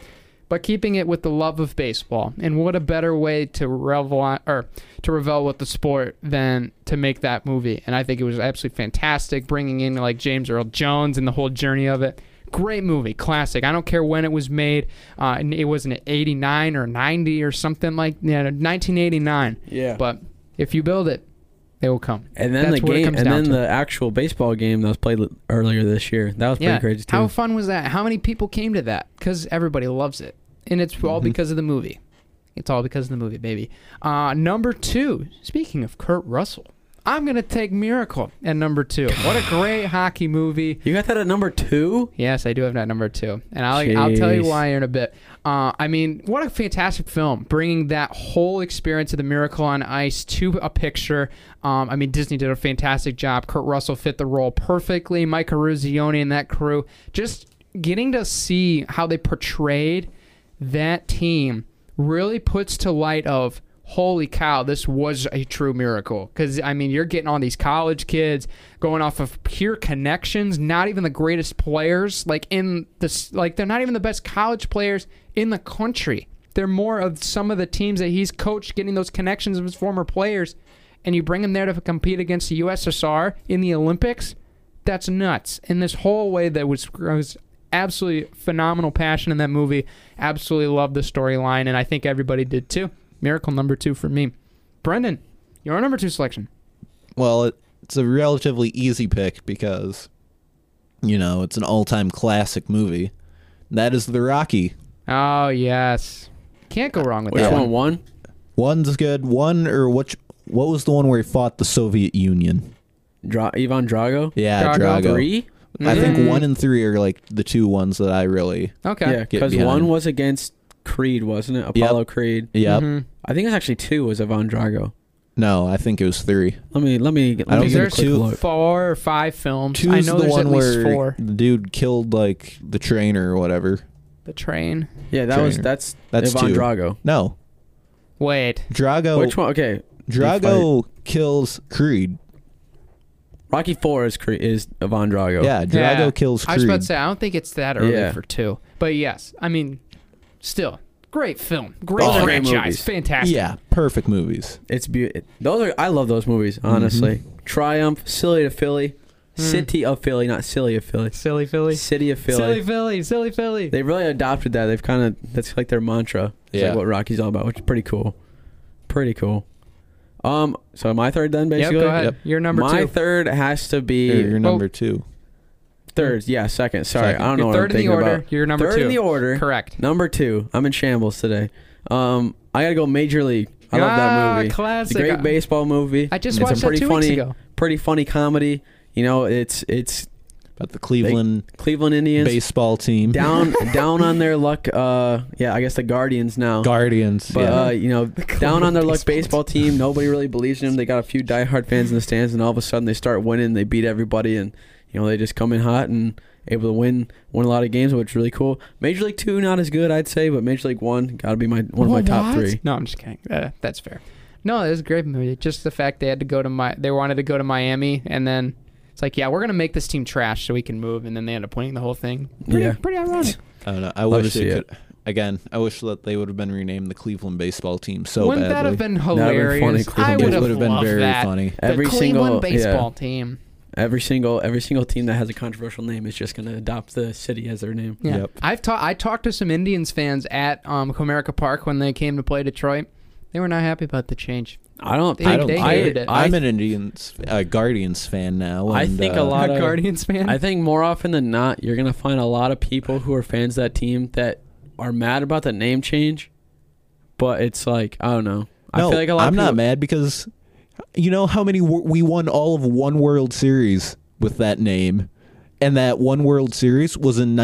Speaker 3: but keeping it with the love of baseball. And what a better way to revel or to revel with the sport than to make that movie. And I think it was absolutely fantastic bringing in like James Earl Jones and the whole journey of it. Great movie, classic. I don't care when it was made. Uh, and it was an 89 or 90 or something like yeah, 1989.
Speaker 1: Yeah.
Speaker 3: *laughs* But if you build it, they will come.
Speaker 1: And then
Speaker 3: That's
Speaker 1: the
Speaker 3: what it
Speaker 1: game,
Speaker 3: comes
Speaker 1: and
Speaker 3: down
Speaker 1: then
Speaker 3: to.
Speaker 1: the actual baseball game that was played l- earlier this year. That was pretty crazy too.
Speaker 3: How fun was that? How many people came to that? Because everybody loves it, and it's all
Speaker 1: Mm-hmm.
Speaker 3: because of the movie. It's all because of the movie, baby. Uh, number two. Speaking of Kurt Russell, I'm gonna take Miracle at number two. What a great hockey movie!
Speaker 1: you got that at number two?
Speaker 3: Yes, I do have that number two, and I'll, I'll tell you
Speaker 1: Jeez.
Speaker 3: why in a bit. Uh, I mean, what a fantastic film, bringing that whole experience of the miracle on ice to a picture. Um, I mean, Disney did a fantastic job. Kurt Russell fit the role perfectly. Mike Ruzioni and that crew, just getting to see how they portrayed that team really puts to light of holy cow this was a true miracle because i mean you're getting all these college kids going off of pure connections not even the greatest players like in this like they're not even the best college players in the country they're more of some of the teams that he's coached getting those connections of his former players and you bring them there to compete against the ussr in the olympics that's nuts. And this whole way that was, was absolutely phenomenal passion in that movie. Absolutely loved the storyline, and I think everybody did too. Miracle number two for me. Brendan, your number two selection.
Speaker 2: Well, it, it's a relatively easy pick because, you know, it's an all-time classic movie. That is The Rocky.
Speaker 3: Oh yes, can't go wrong with
Speaker 1: Which
Speaker 3: that
Speaker 1: one? One.
Speaker 2: One's good. One or which? What was the one where he fought the Soviet Union?
Speaker 1: Dra- Ivan Drago.
Speaker 2: Yeah,
Speaker 3: Drago
Speaker 2: Drago.
Speaker 1: Three.
Speaker 2: I
Speaker 3: Mm.
Speaker 2: think one and three are like the two ones that I really.
Speaker 3: Okay.
Speaker 1: Yeah,
Speaker 2: Get
Speaker 1: because
Speaker 2: behind.
Speaker 1: one was against Creed, wasn't it? Apollo Creed.
Speaker 2: Yep.
Speaker 3: Mhm.
Speaker 1: I think it's actually two was Ivan Drago.
Speaker 2: No, I think it was three.
Speaker 1: Let me let me. Let
Speaker 2: I don't
Speaker 1: me
Speaker 2: think
Speaker 1: get a
Speaker 3: There's
Speaker 1: quick
Speaker 2: two-
Speaker 1: look.
Speaker 3: four or five films. I
Speaker 2: Two's
Speaker 3: know
Speaker 2: the
Speaker 3: there's
Speaker 2: one
Speaker 3: at least
Speaker 2: where
Speaker 3: four.
Speaker 2: the dude killed like the trainer or whatever.
Speaker 3: The train.
Speaker 1: Yeah, that was
Speaker 2: Trainer.
Speaker 1: that's
Speaker 2: That's
Speaker 1: Ivan
Speaker 2: two.
Speaker 1: Drago.
Speaker 2: No,
Speaker 3: Wait.
Speaker 2: Drago.
Speaker 1: Which one? Okay,
Speaker 2: Drago kills Creed.
Speaker 1: Rocky Four is Cre- is Von Drago.
Speaker 2: Yeah, Drago kills Creed.
Speaker 3: I was about to say I don't think it's that early
Speaker 1: Yeah.
Speaker 3: for two, but yes, I mean, still great film, great
Speaker 1: Both are great
Speaker 3: franchise,
Speaker 1: movies.
Speaker 3: fantastic.
Speaker 2: yeah, perfect movies.
Speaker 1: it's beautiful. Those are I love those
Speaker 2: Mm-hmm.
Speaker 1: movies. Honestly, Triumph, Silly to Philly, City of Philly, not Silly of Philly,
Speaker 3: silly Hmm. Philly,
Speaker 1: City of Philly.
Speaker 3: silly Philly, silly Philly.
Speaker 1: They really adopted that. They've kind of that's like their mantra. It's
Speaker 2: Yeah.
Speaker 1: like what Rocky's all about, which is pretty cool. Pretty cool. Um, so my third then
Speaker 3: yep,
Speaker 1: basically.
Speaker 3: go ahead.
Speaker 2: Yep.
Speaker 3: You're number
Speaker 1: my
Speaker 3: two.
Speaker 1: third has to be
Speaker 2: You're your number two.
Speaker 1: third. Yeah, second. Sorry,
Speaker 2: Second.
Speaker 1: I don't know
Speaker 3: You're
Speaker 1: what
Speaker 3: third
Speaker 1: I'm
Speaker 3: in the
Speaker 1: thinking
Speaker 3: order.
Speaker 1: about.
Speaker 3: You're number
Speaker 1: third
Speaker 3: two.
Speaker 1: in the order.
Speaker 3: Correct.
Speaker 1: Number two. I'm in shambles today. Um, I gotta go Major League. I love
Speaker 3: Ah,
Speaker 1: that movie. It's
Speaker 3: Classic.
Speaker 1: a great baseball movie.
Speaker 3: I just
Speaker 1: it's
Speaker 3: watched
Speaker 1: a pretty
Speaker 3: that two
Speaker 1: funny,
Speaker 3: weeks ago.
Speaker 1: pretty funny comedy. You know, it's it's
Speaker 2: About the Cleveland
Speaker 1: Cleveland Indians
Speaker 2: baseball team.
Speaker 1: down
Speaker 3: *laughs*
Speaker 1: down on their luck. Uh, yeah, I guess the Guardians now.
Speaker 2: Guardians.
Speaker 1: But
Speaker 2: yeah.
Speaker 1: uh, you know, *laughs* down on their luck baseball team, nobody really believes in them. They got a few diehard fans in the stands, and all of a sudden they start winning. They beat everybody, and you know they just come in hot and able to win win a lot of games, which is really cool. Major League Two not as good, I'd say, but Major League One got to be my one of my top
Speaker 3: What?
Speaker 1: three.
Speaker 3: No, I'm just kidding. Uh, that's fair. No, it was a great movie. Just the fact they had to go to my, they wanted to go to Miami, and then it's like, yeah, we're gonna make this team trash so we can move, and then they end up winning the whole thing. Pretty,
Speaker 1: Yeah.
Speaker 3: pretty ironic.
Speaker 2: I don't know. I
Speaker 1: Love to
Speaker 2: wish
Speaker 1: see
Speaker 2: they
Speaker 1: it.
Speaker 2: could. Again, I wish that they would have been renamed the Cleveland baseball team so
Speaker 3: Wouldn't that
Speaker 2: badly.
Speaker 3: have been
Speaker 1: been funny,
Speaker 3: hilarious? I
Speaker 1: Cleveland
Speaker 3: would
Speaker 2: it
Speaker 3: have
Speaker 2: would have been
Speaker 3: loved
Speaker 2: very
Speaker 3: that.
Speaker 2: funny.
Speaker 3: The
Speaker 1: Every
Speaker 3: Cleveland
Speaker 1: single-
Speaker 3: baseball
Speaker 1: yeah.
Speaker 3: team.
Speaker 1: Every single every single team that has a controversial name is just going to adopt the city as their name.
Speaker 3: Yeah.
Speaker 2: Yep.
Speaker 3: I've ta- I talked to some Indians fans at um, Comerica Park when they came to play Detroit. They were not happy about the change.
Speaker 1: I don't.
Speaker 3: They-
Speaker 1: I
Speaker 2: I don't.
Speaker 3: they
Speaker 2: I,
Speaker 3: hated it.
Speaker 2: I'm an Indians, uh, Guardians fan now.
Speaker 1: I
Speaker 2: and,
Speaker 1: think a
Speaker 2: uh,
Speaker 1: lot
Speaker 3: A
Speaker 1: of
Speaker 3: Guardians fan.
Speaker 1: I think more often than not, you're gonna find a lot of people who are fans of that team that are mad about the name change, but it's like I don't know.
Speaker 2: No,
Speaker 1: I feel like a lot. of
Speaker 2: I'm
Speaker 1: people,
Speaker 2: not mad because you know how many wor- we won all of one World Series with that name, and that one World Series was in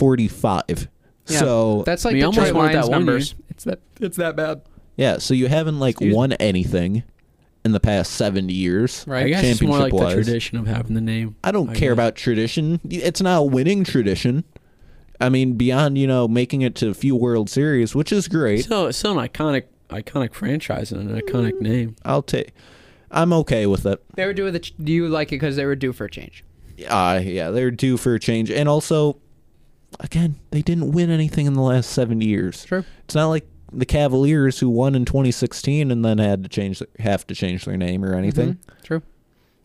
Speaker 2: 1945.
Speaker 3: Yeah,
Speaker 2: so
Speaker 3: that's like
Speaker 1: We almost
Speaker 3: Detroit
Speaker 1: wanted that
Speaker 3: Lions
Speaker 1: one year.
Speaker 3: numbers. It's that. It's that bad.
Speaker 2: yeah, so you haven't like
Speaker 1: Excuse me.
Speaker 2: won anything in the past 70 years.
Speaker 3: Right.
Speaker 1: I guess it's more like the
Speaker 2: Championship-wise.
Speaker 1: tradition of having the name.
Speaker 2: I don't
Speaker 1: I
Speaker 2: care
Speaker 1: guess.
Speaker 2: about tradition. It's not a winning tradition. I mean, beyond you know making it to a few World Series, which is great.
Speaker 1: So it's still an iconic, iconic franchise and an iconic name.
Speaker 2: I'll take. I'm okay with it.
Speaker 3: They were due with a ch- Do you like it because they were due for a change?
Speaker 2: Uh, yeah, they're due for a change. And also, again, they didn't win anything in the last 70 years.
Speaker 3: True.
Speaker 2: It's not like the Cavaliers who won in 2016 and then had to change their, have to change their name or anything.
Speaker 3: Mm-hmm. True.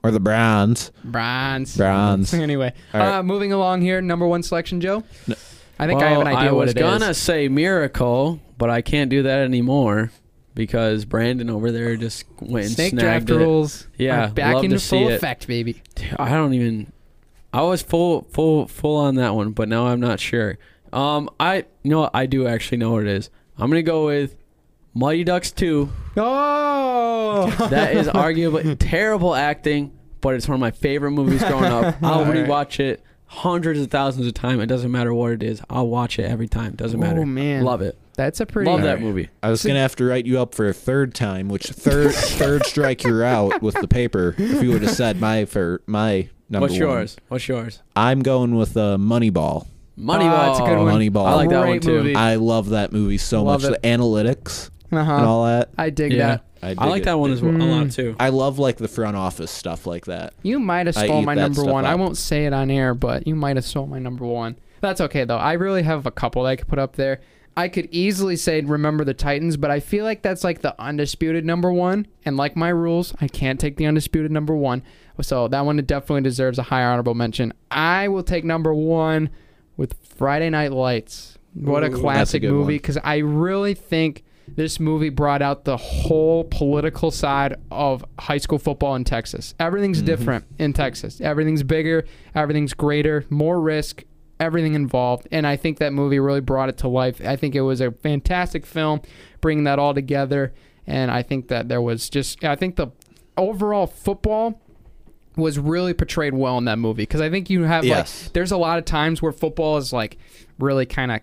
Speaker 2: Or the Browns.
Speaker 3: Bronze.
Speaker 2: Bronze.
Speaker 3: *laughs* anyway,
Speaker 2: All right.
Speaker 3: uh, moving along here. Number one selection, Joe.
Speaker 2: No.
Speaker 3: I think I have an idea
Speaker 1: I
Speaker 3: what
Speaker 1: was
Speaker 3: it
Speaker 1: gonna
Speaker 3: is.
Speaker 1: say miracle, but I can't do that anymore because Brandon over there just went and
Speaker 3: Snake
Speaker 1: snagged
Speaker 3: draft
Speaker 1: it.
Speaker 3: rules.
Speaker 1: Yeah,
Speaker 3: are back
Speaker 1: love to
Speaker 3: into
Speaker 1: see
Speaker 3: full
Speaker 1: it.
Speaker 3: effect, baby.
Speaker 1: I don't even. I was full, full, full on that one, but now I'm not sure. Um, I you know what? I do actually know what it is. I'm gonna go with Mighty Ducks Two.
Speaker 3: Oh,
Speaker 1: That
Speaker 3: *laughs*
Speaker 1: is arguably terrible acting, but it's one of my favorite movies growing
Speaker 3: *laughs*
Speaker 1: up. I'll
Speaker 3: Alright.
Speaker 1: rewatch it hundreds of thousands of times. It doesn't matter what it is. I'll watch it every time. Doesn't matter.
Speaker 3: Oh, *laughs* man.
Speaker 1: love it.
Speaker 3: that's a pretty.
Speaker 1: Love that movie.
Speaker 2: I was going to have to write you up for a third time, which third third strike you're out with the paper if you would have said my for my number
Speaker 1: What's
Speaker 2: one.
Speaker 1: yours? What's yours?
Speaker 2: I'm going with uh, Moneyball.
Speaker 1: Moneyball.
Speaker 3: Oh, it's a good one.
Speaker 2: Moneyball.
Speaker 1: I like that one
Speaker 3: Great
Speaker 1: too.
Speaker 3: movie.
Speaker 2: I love that movie so
Speaker 3: Love
Speaker 2: much.
Speaker 3: it.
Speaker 2: The analytics
Speaker 3: Uh
Speaker 2: and
Speaker 3: huh.
Speaker 2: all that.
Speaker 3: I dig
Speaker 1: Yeah.
Speaker 3: that.
Speaker 2: I, dig
Speaker 1: I like
Speaker 2: it.
Speaker 1: that one as well a lot
Speaker 3: Mm.
Speaker 1: too.
Speaker 2: I love like the front office stuff like that.
Speaker 3: You might have
Speaker 2: I
Speaker 3: stole
Speaker 2: eat
Speaker 3: my
Speaker 2: that
Speaker 3: number
Speaker 2: stuff
Speaker 3: one. I
Speaker 2: up.
Speaker 3: won't say it on air, but you might have stole my number one. That's okay though. I really have a couple that I could put up there. I could easily say remember the Titans, but I feel like that's like the undisputed number one. And like my rules, I can't take the undisputed number one. So that one definitely deserves a high honorable mention. I will take number one with Friday Night Lights. What a
Speaker 2: Ooh, that's a
Speaker 3: classic
Speaker 2: good
Speaker 3: movie
Speaker 2: one.
Speaker 3: because I really think this movie brought out the whole political side of high school football in Texas. Everything's different in Texas. Everything's bigger, everything's greater, more risk, everything involved. And I think that movie really brought it to life. I think it was a fantastic film bringing that all together. And I think that there was just, I think the overall football was really portrayed well in that movie because I think you have
Speaker 2: Yes.
Speaker 3: like there's a lot of times where football is like really kind of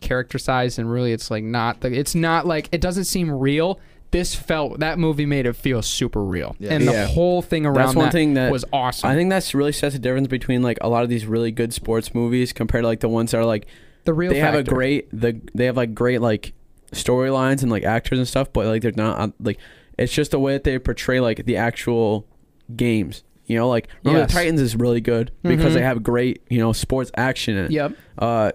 Speaker 3: characterized and really it's like not the it's not like it doesn't seem real. This felt that movie made it feel super real,
Speaker 2: Yeah.
Speaker 3: and the
Speaker 1: Yeah.
Speaker 3: whole thing around
Speaker 1: That's one
Speaker 3: that,
Speaker 1: thing that
Speaker 3: was awesome.
Speaker 1: I think that's really sets the difference between like a lot of these really good sports movies compared to like the ones that are like
Speaker 3: the real
Speaker 1: they have a
Speaker 3: factor.
Speaker 1: great the they have like great like storylines and like actors and stuff, but like they're not uh, like it's just the way that they portray like the actual games. You know, like remember
Speaker 3: Yes.
Speaker 1: the Titans is really good because
Speaker 3: Mhm.
Speaker 1: they have great you know sports action in it.
Speaker 3: Yep.
Speaker 1: Uh,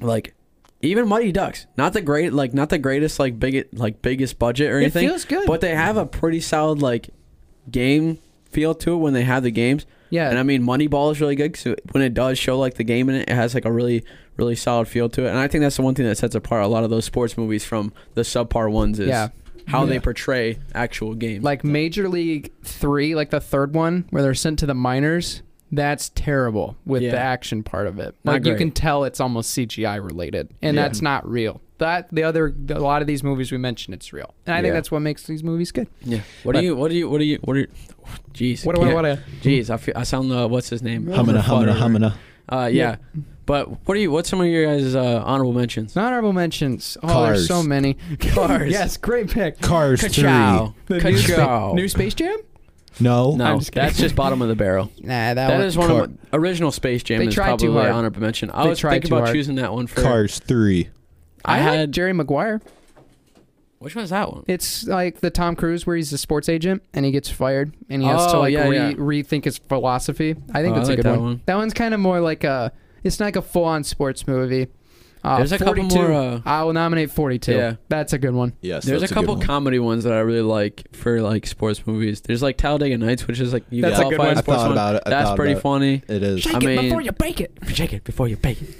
Speaker 1: like even Mighty Ducks, not the great like not the greatest like big like biggest budget or
Speaker 3: It
Speaker 1: anything.
Speaker 3: feels good.
Speaker 1: but they have a pretty solid like game feel to it when they have the games.
Speaker 3: Yeah.
Speaker 1: And I mean, Moneyball is really good because when it does show like the game in it, it has like a really, really solid feel to it. And I think that's the one thing that sets apart a lot of those sports movies from the subpar ones is
Speaker 3: Yeah.
Speaker 1: how they
Speaker 2: Yeah.
Speaker 1: portray actual games.
Speaker 3: like Major League Three, like the third one where they're sent to the minors. That's terrible with
Speaker 1: Yeah.
Speaker 3: the action part of it.
Speaker 1: Not
Speaker 3: Like you
Speaker 1: great.
Speaker 3: can tell it's almost CGI related, and
Speaker 1: Yeah.
Speaker 3: that's not real. That the other a lot of these movies we mentioned, it's real, and I think
Speaker 1: Yeah.
Speaker 3: that's what makes these movies good.
Speaker 1: yeah. What
Speaker 3: But-
Speaker 1: do you? What do you? What do you? What do you? Jeez.
Speaker 3: What do I
Speaker 1: can't-
Speaker 3: want to?
Speaker 1: Jeez, I, feel, I sound uh, what's his name?
Speaker 2: Humana, humana, humana.
Speaker 1: Uh, yeah. But what do you? What's some of your guys' uh, honorable mentions?
Speaker 3: Honorable mentions. Oh,
Speaker 2: Cars.
Speaker 3: there's so many.
Speaker 1: Cars.
Speaker 3: *laughs* yes, great pick.
Speaker 2: Cars
Speaker 1: Ka-chow.
Speaker 3: The new,
Speaker 1: Ka-chow.
Speaker 3: spa- new Space Jam?
Speaker 2: three. No,
Speaker 1: No,
Speaker 3: I'm just kidding.
Speaker 1: that's just bottom of the barrel.
Speaker 3: Nah, that,
Speaker 1: That
Speaker 3: one.
Speaker 1: is one
Speaker 2: Car-
Speaker 1: of my, original Space Jam.
Speaker 3: They
Speaker 1: is
Speaker 3: tried too
Speaker 1: probably
Speaker 3: hard.
Speaker 1: honorable mention. I
Speaker 3: They
Speaker 1: was
Speaker 3: tried
Speaker 1: thinking
Speaker 3: too
Speaker 1: about
Speaker 3: hard.
Speaker 1: choosing that one for
Speaker 2: Cars three.
Speaker 3: I,
Speaker 1: I
Speaker 3: had
Speaker 1: had
Speaker 3: Jerry Maguire.
Speaker 1: which one's that one?
Speaker 3: It's like the Tom Cruise where he's a sports agent and he gets fired and he has to
Speaker 1: Oh,
Speaker 3: like
Speaker 1: yeah,
Speaker 3: re-
Speaker 1: yeah.
Speaker 3: rethink his philosophy. I think
Speaker 1: Oh, I
Speaker 3: that's a
Speaker 1: like
Speaker 3: good
Speaker 1: that
Speaker 3: one.
Speaker 1: one.
Speaker 3: That one's kind of more like a. It's not like a full-on sports movie. Uh,
Speaker 1: There's a couple
Speaker 3: 42.
Speaker 1: more, uh,
Speaker 3: I will nominate 42.
Speaker 1: Yeah.
Speaker 3: That's a
Speaker 1: *laughs*
Speaker 3: good one.
Speaker 2: Yes,
Speaker 1: There's a
Speaker 2: that's
Speaker 1: couple
Speaker 2: good one.
Speaker 1: comedy ones that I really like for like sports movies. There's like Talladega Nights, which is like you
Speaker 3: That's a good
Speaker 1: qualify
Speaker 3: one.
Speaker 1: as
Speaker 2: I
Speaker 1: sports
Speaker 2: thought about it. I
Speaker 1: That's
Speaker 2: thought
Speaker 1: pretty
Speaker 2: about
Speaker 1: funny.
Speaker 2: It is.
Speaker 1: I mean-
Speaker 3: bake it.
Speaker 1: Shake it before you bake it.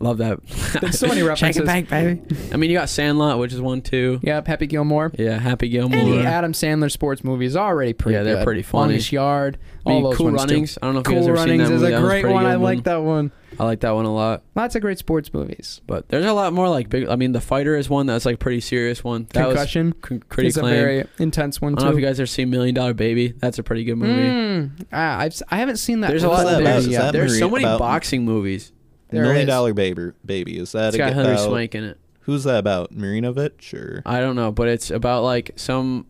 Speaker 1: Love that.
Speaker 3: There's so many references.
Speaker 1: Shake it back, baby. I mean, you got Sandlot, which is one too.
Speaker 3: Yep, Happy Gilmore.
Speaker 1: Yeah, Happy Gilmore.
Speaker 3: Any Adam Sandler sports movie is already pretty
Speaker 1: Yeah, they're
Speaker 3: good.
Speaker 1: pretty funny.
Speaker 3: Longest Yard.
Speaker 1: The
Speaker 3: All those
Speaker 1: Cool
Speaker 3: ones too.
Speaker 1: Runnings. I don't know if you guys
Speaker 3: Cool
Speaker 1: ever seen
Speaker 3: Runnings
Speaker 1: that
Speaker 3: is
Speaker 1: movie.
Speaker 3: a
Speaker 1: That was
Speaker 3: great
Speaker 1: pretty
Speaker 3: one.
Speaker 1: good
Speaker 3: I like that one.
Speaker 1: I like that one a lot.
Speaker 3: Lots of great sports movies.
Speaker 1: But there's a lot more like big. I mean, The Fighter is one that's like pretty serious one. That
Speaker 3: Concussion
Speaker 1: was con- pretty
Speaker 3: is a
Speaker 1: claim.
Speaker 2: um,
Speaker 3: very intense
Speaker 1: I
Speaker 3: one
Speaker 1: don't know if
Speaker 3: too.
Speaker 1: you guys ever seen Million Dollar Baby. That's a pretty good movie.
Speaker 3: Mm, ah, I've s- I haven't seen that.
Speaker 1: There's a
Speaker 3: one.
Speaker 1: lot.
Speaker 2: What's that
Speaker 1: There's,
Speaker 2: about? Is that
Speaker 1: there's so
Speaker 2: movie
Speaker 1: many
Speaker 2: about-
Speaker 1: boxing movies.
Speaker 3: There
Speaker 2: Million
Speaker 3: is.
Speaker 2: Dollar Baby. Baby. Is that
Speaker 1: It's
Speaker 2: a
Speaker 1: got Hilary
Speaker 2: about,
Speaker 1: Swank in it.
Speaker 2: Who's that about? Marinovich or
Speaker 1: I don't know, but it's about like some.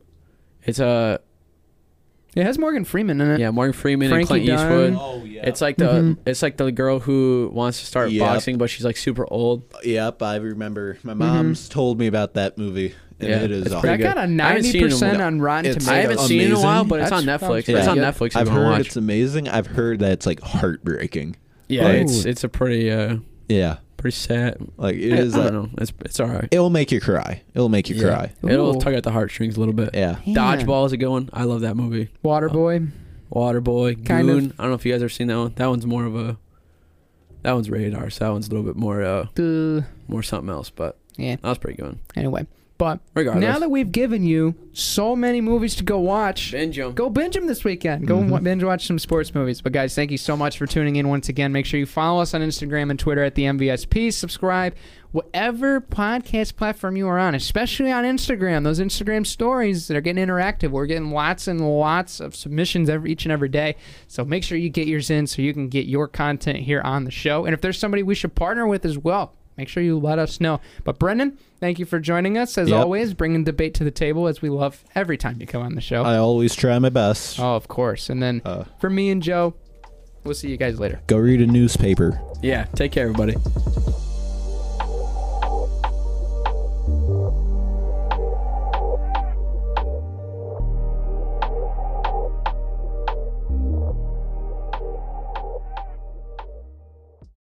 Speaker 1: It's a
Speaker 3: It has Morgan Freeman in it.
Speaker 1: yeah Morgan Freeman
Speaker 3: Frankie
Speaker 1: and Clint
Speaker 3: Dunn.
Speaker 1: Eastwood.
Speaker 2: Oh yeah.
Speaker 1: It's like the
Speaker 3: Mhm.
Speaker 1: it's like the girl who wants to start
Speaker 2: Yep.
Speaker 1: boxing, but she's like super old.
Speaker 2: Yep, I remember. My mom's told me about that movie, and
Speaker 1: Yeah,
Speaker 2: it is
Speaker 1: it's
Speaker 2: awesome.
Speaker 3: that
Speaker 1: pretty
Speaker 3: got a
Speaker 1: good. I haven't
Speaker 3: ninety
Speaker 1: seen it in a
Speaker 3: percent
Speaker 1: while.
Speaker 3: on Rotten
Speaker 2: It's-
Speaker 1: I
Speaker 3: Tomatoes.
Speaker 1: haven't seen it in a
Speaker 2: amazing.
Speaker 1: while, but it's
Speaker 3: That's-
Speaker 1: on Netflix.
Speaker 3: sounds
Speaker 1: It's
Speaker 3: pretty
Speaker 1: on
Speaker 3: good.
Speaker 1: Netflix. If
Speaker 2: I've
Speaker 1: you wanna
Speaker 2: heard
Speaker 1: watch.
Speaker 2: it's amazing. I've heard that it's like heartbreaking.
Speaker 1: yeah,
Speaker 2: like-
Speaker 1: it's it's a pretty uh
Speaker 2: Yeah,
Speaker 1: pretty sad.
Speaker 2: like it
Speaker 1: I,
Speaker 2: is.
Speaker 1: I
Speaker 2: uh,
Speaker 1: don't know. It's it's all right.
Speaker 2: it'll make you cry. It'll make you
Speaker 1: Yeah.
Speaker 2: cry.
Speaker 1: It'll
Speaker 3: Ooh.
Speaker 1: tug at the heartstrings a little bit.
Speaker 2: Yeah,
Speaker 3: Man.
Speaker 1: Dodgeball Oh. is a good one. I love that movie.
Speaker 3: Waterboy.
Speaker 1: Waterboy,
Speaker 3: Kind of.
Speaker 1: Goon. I don't know if you guys ever seen that one. That one's more of a that one's radar, so that one's a little bit more uh
Speaker 3: Duh.
Speaker 1: more something else, but
Speaker 3: Yeah.
Speaker 1: that was pretty good.
Speaker 3: Anyway, but
Speaker 1: Regardless.
Speaker 3: now that we've given you so many movies to go watch,
Speaker 1: binge 'em.
Speaker 3: Go binge them this weekend. Go wa- binge watch some sports movies. But guys, thank you so much for tuning in once again. Make sure you follow us on Instagram and Twitter at the MVSP. Subscribe whatever podcast platform you are on, especially on Instagram. Those Instagram stories that are getting interactive. We're getting lots and lots of submissions every each and every day. So make sure you get yours in so you can get your content here on the show. And if there's somebody we should partner with as well. Make sure you let us know. But Brendan, thank you for joining us as
Speaker 2: Yep.
Speaker 3: always, bringing debate to the table as we love every time you come on the show.
Speaker 2: I always try my best.
Speaker 3: Oh, of course. And then
Speaker 2: Uh,
Speaker 3: for me and Joe, we'll see you guys later.
Speaker 2: go read a newspaper.
Speaker 1: Yeah, take care everybody.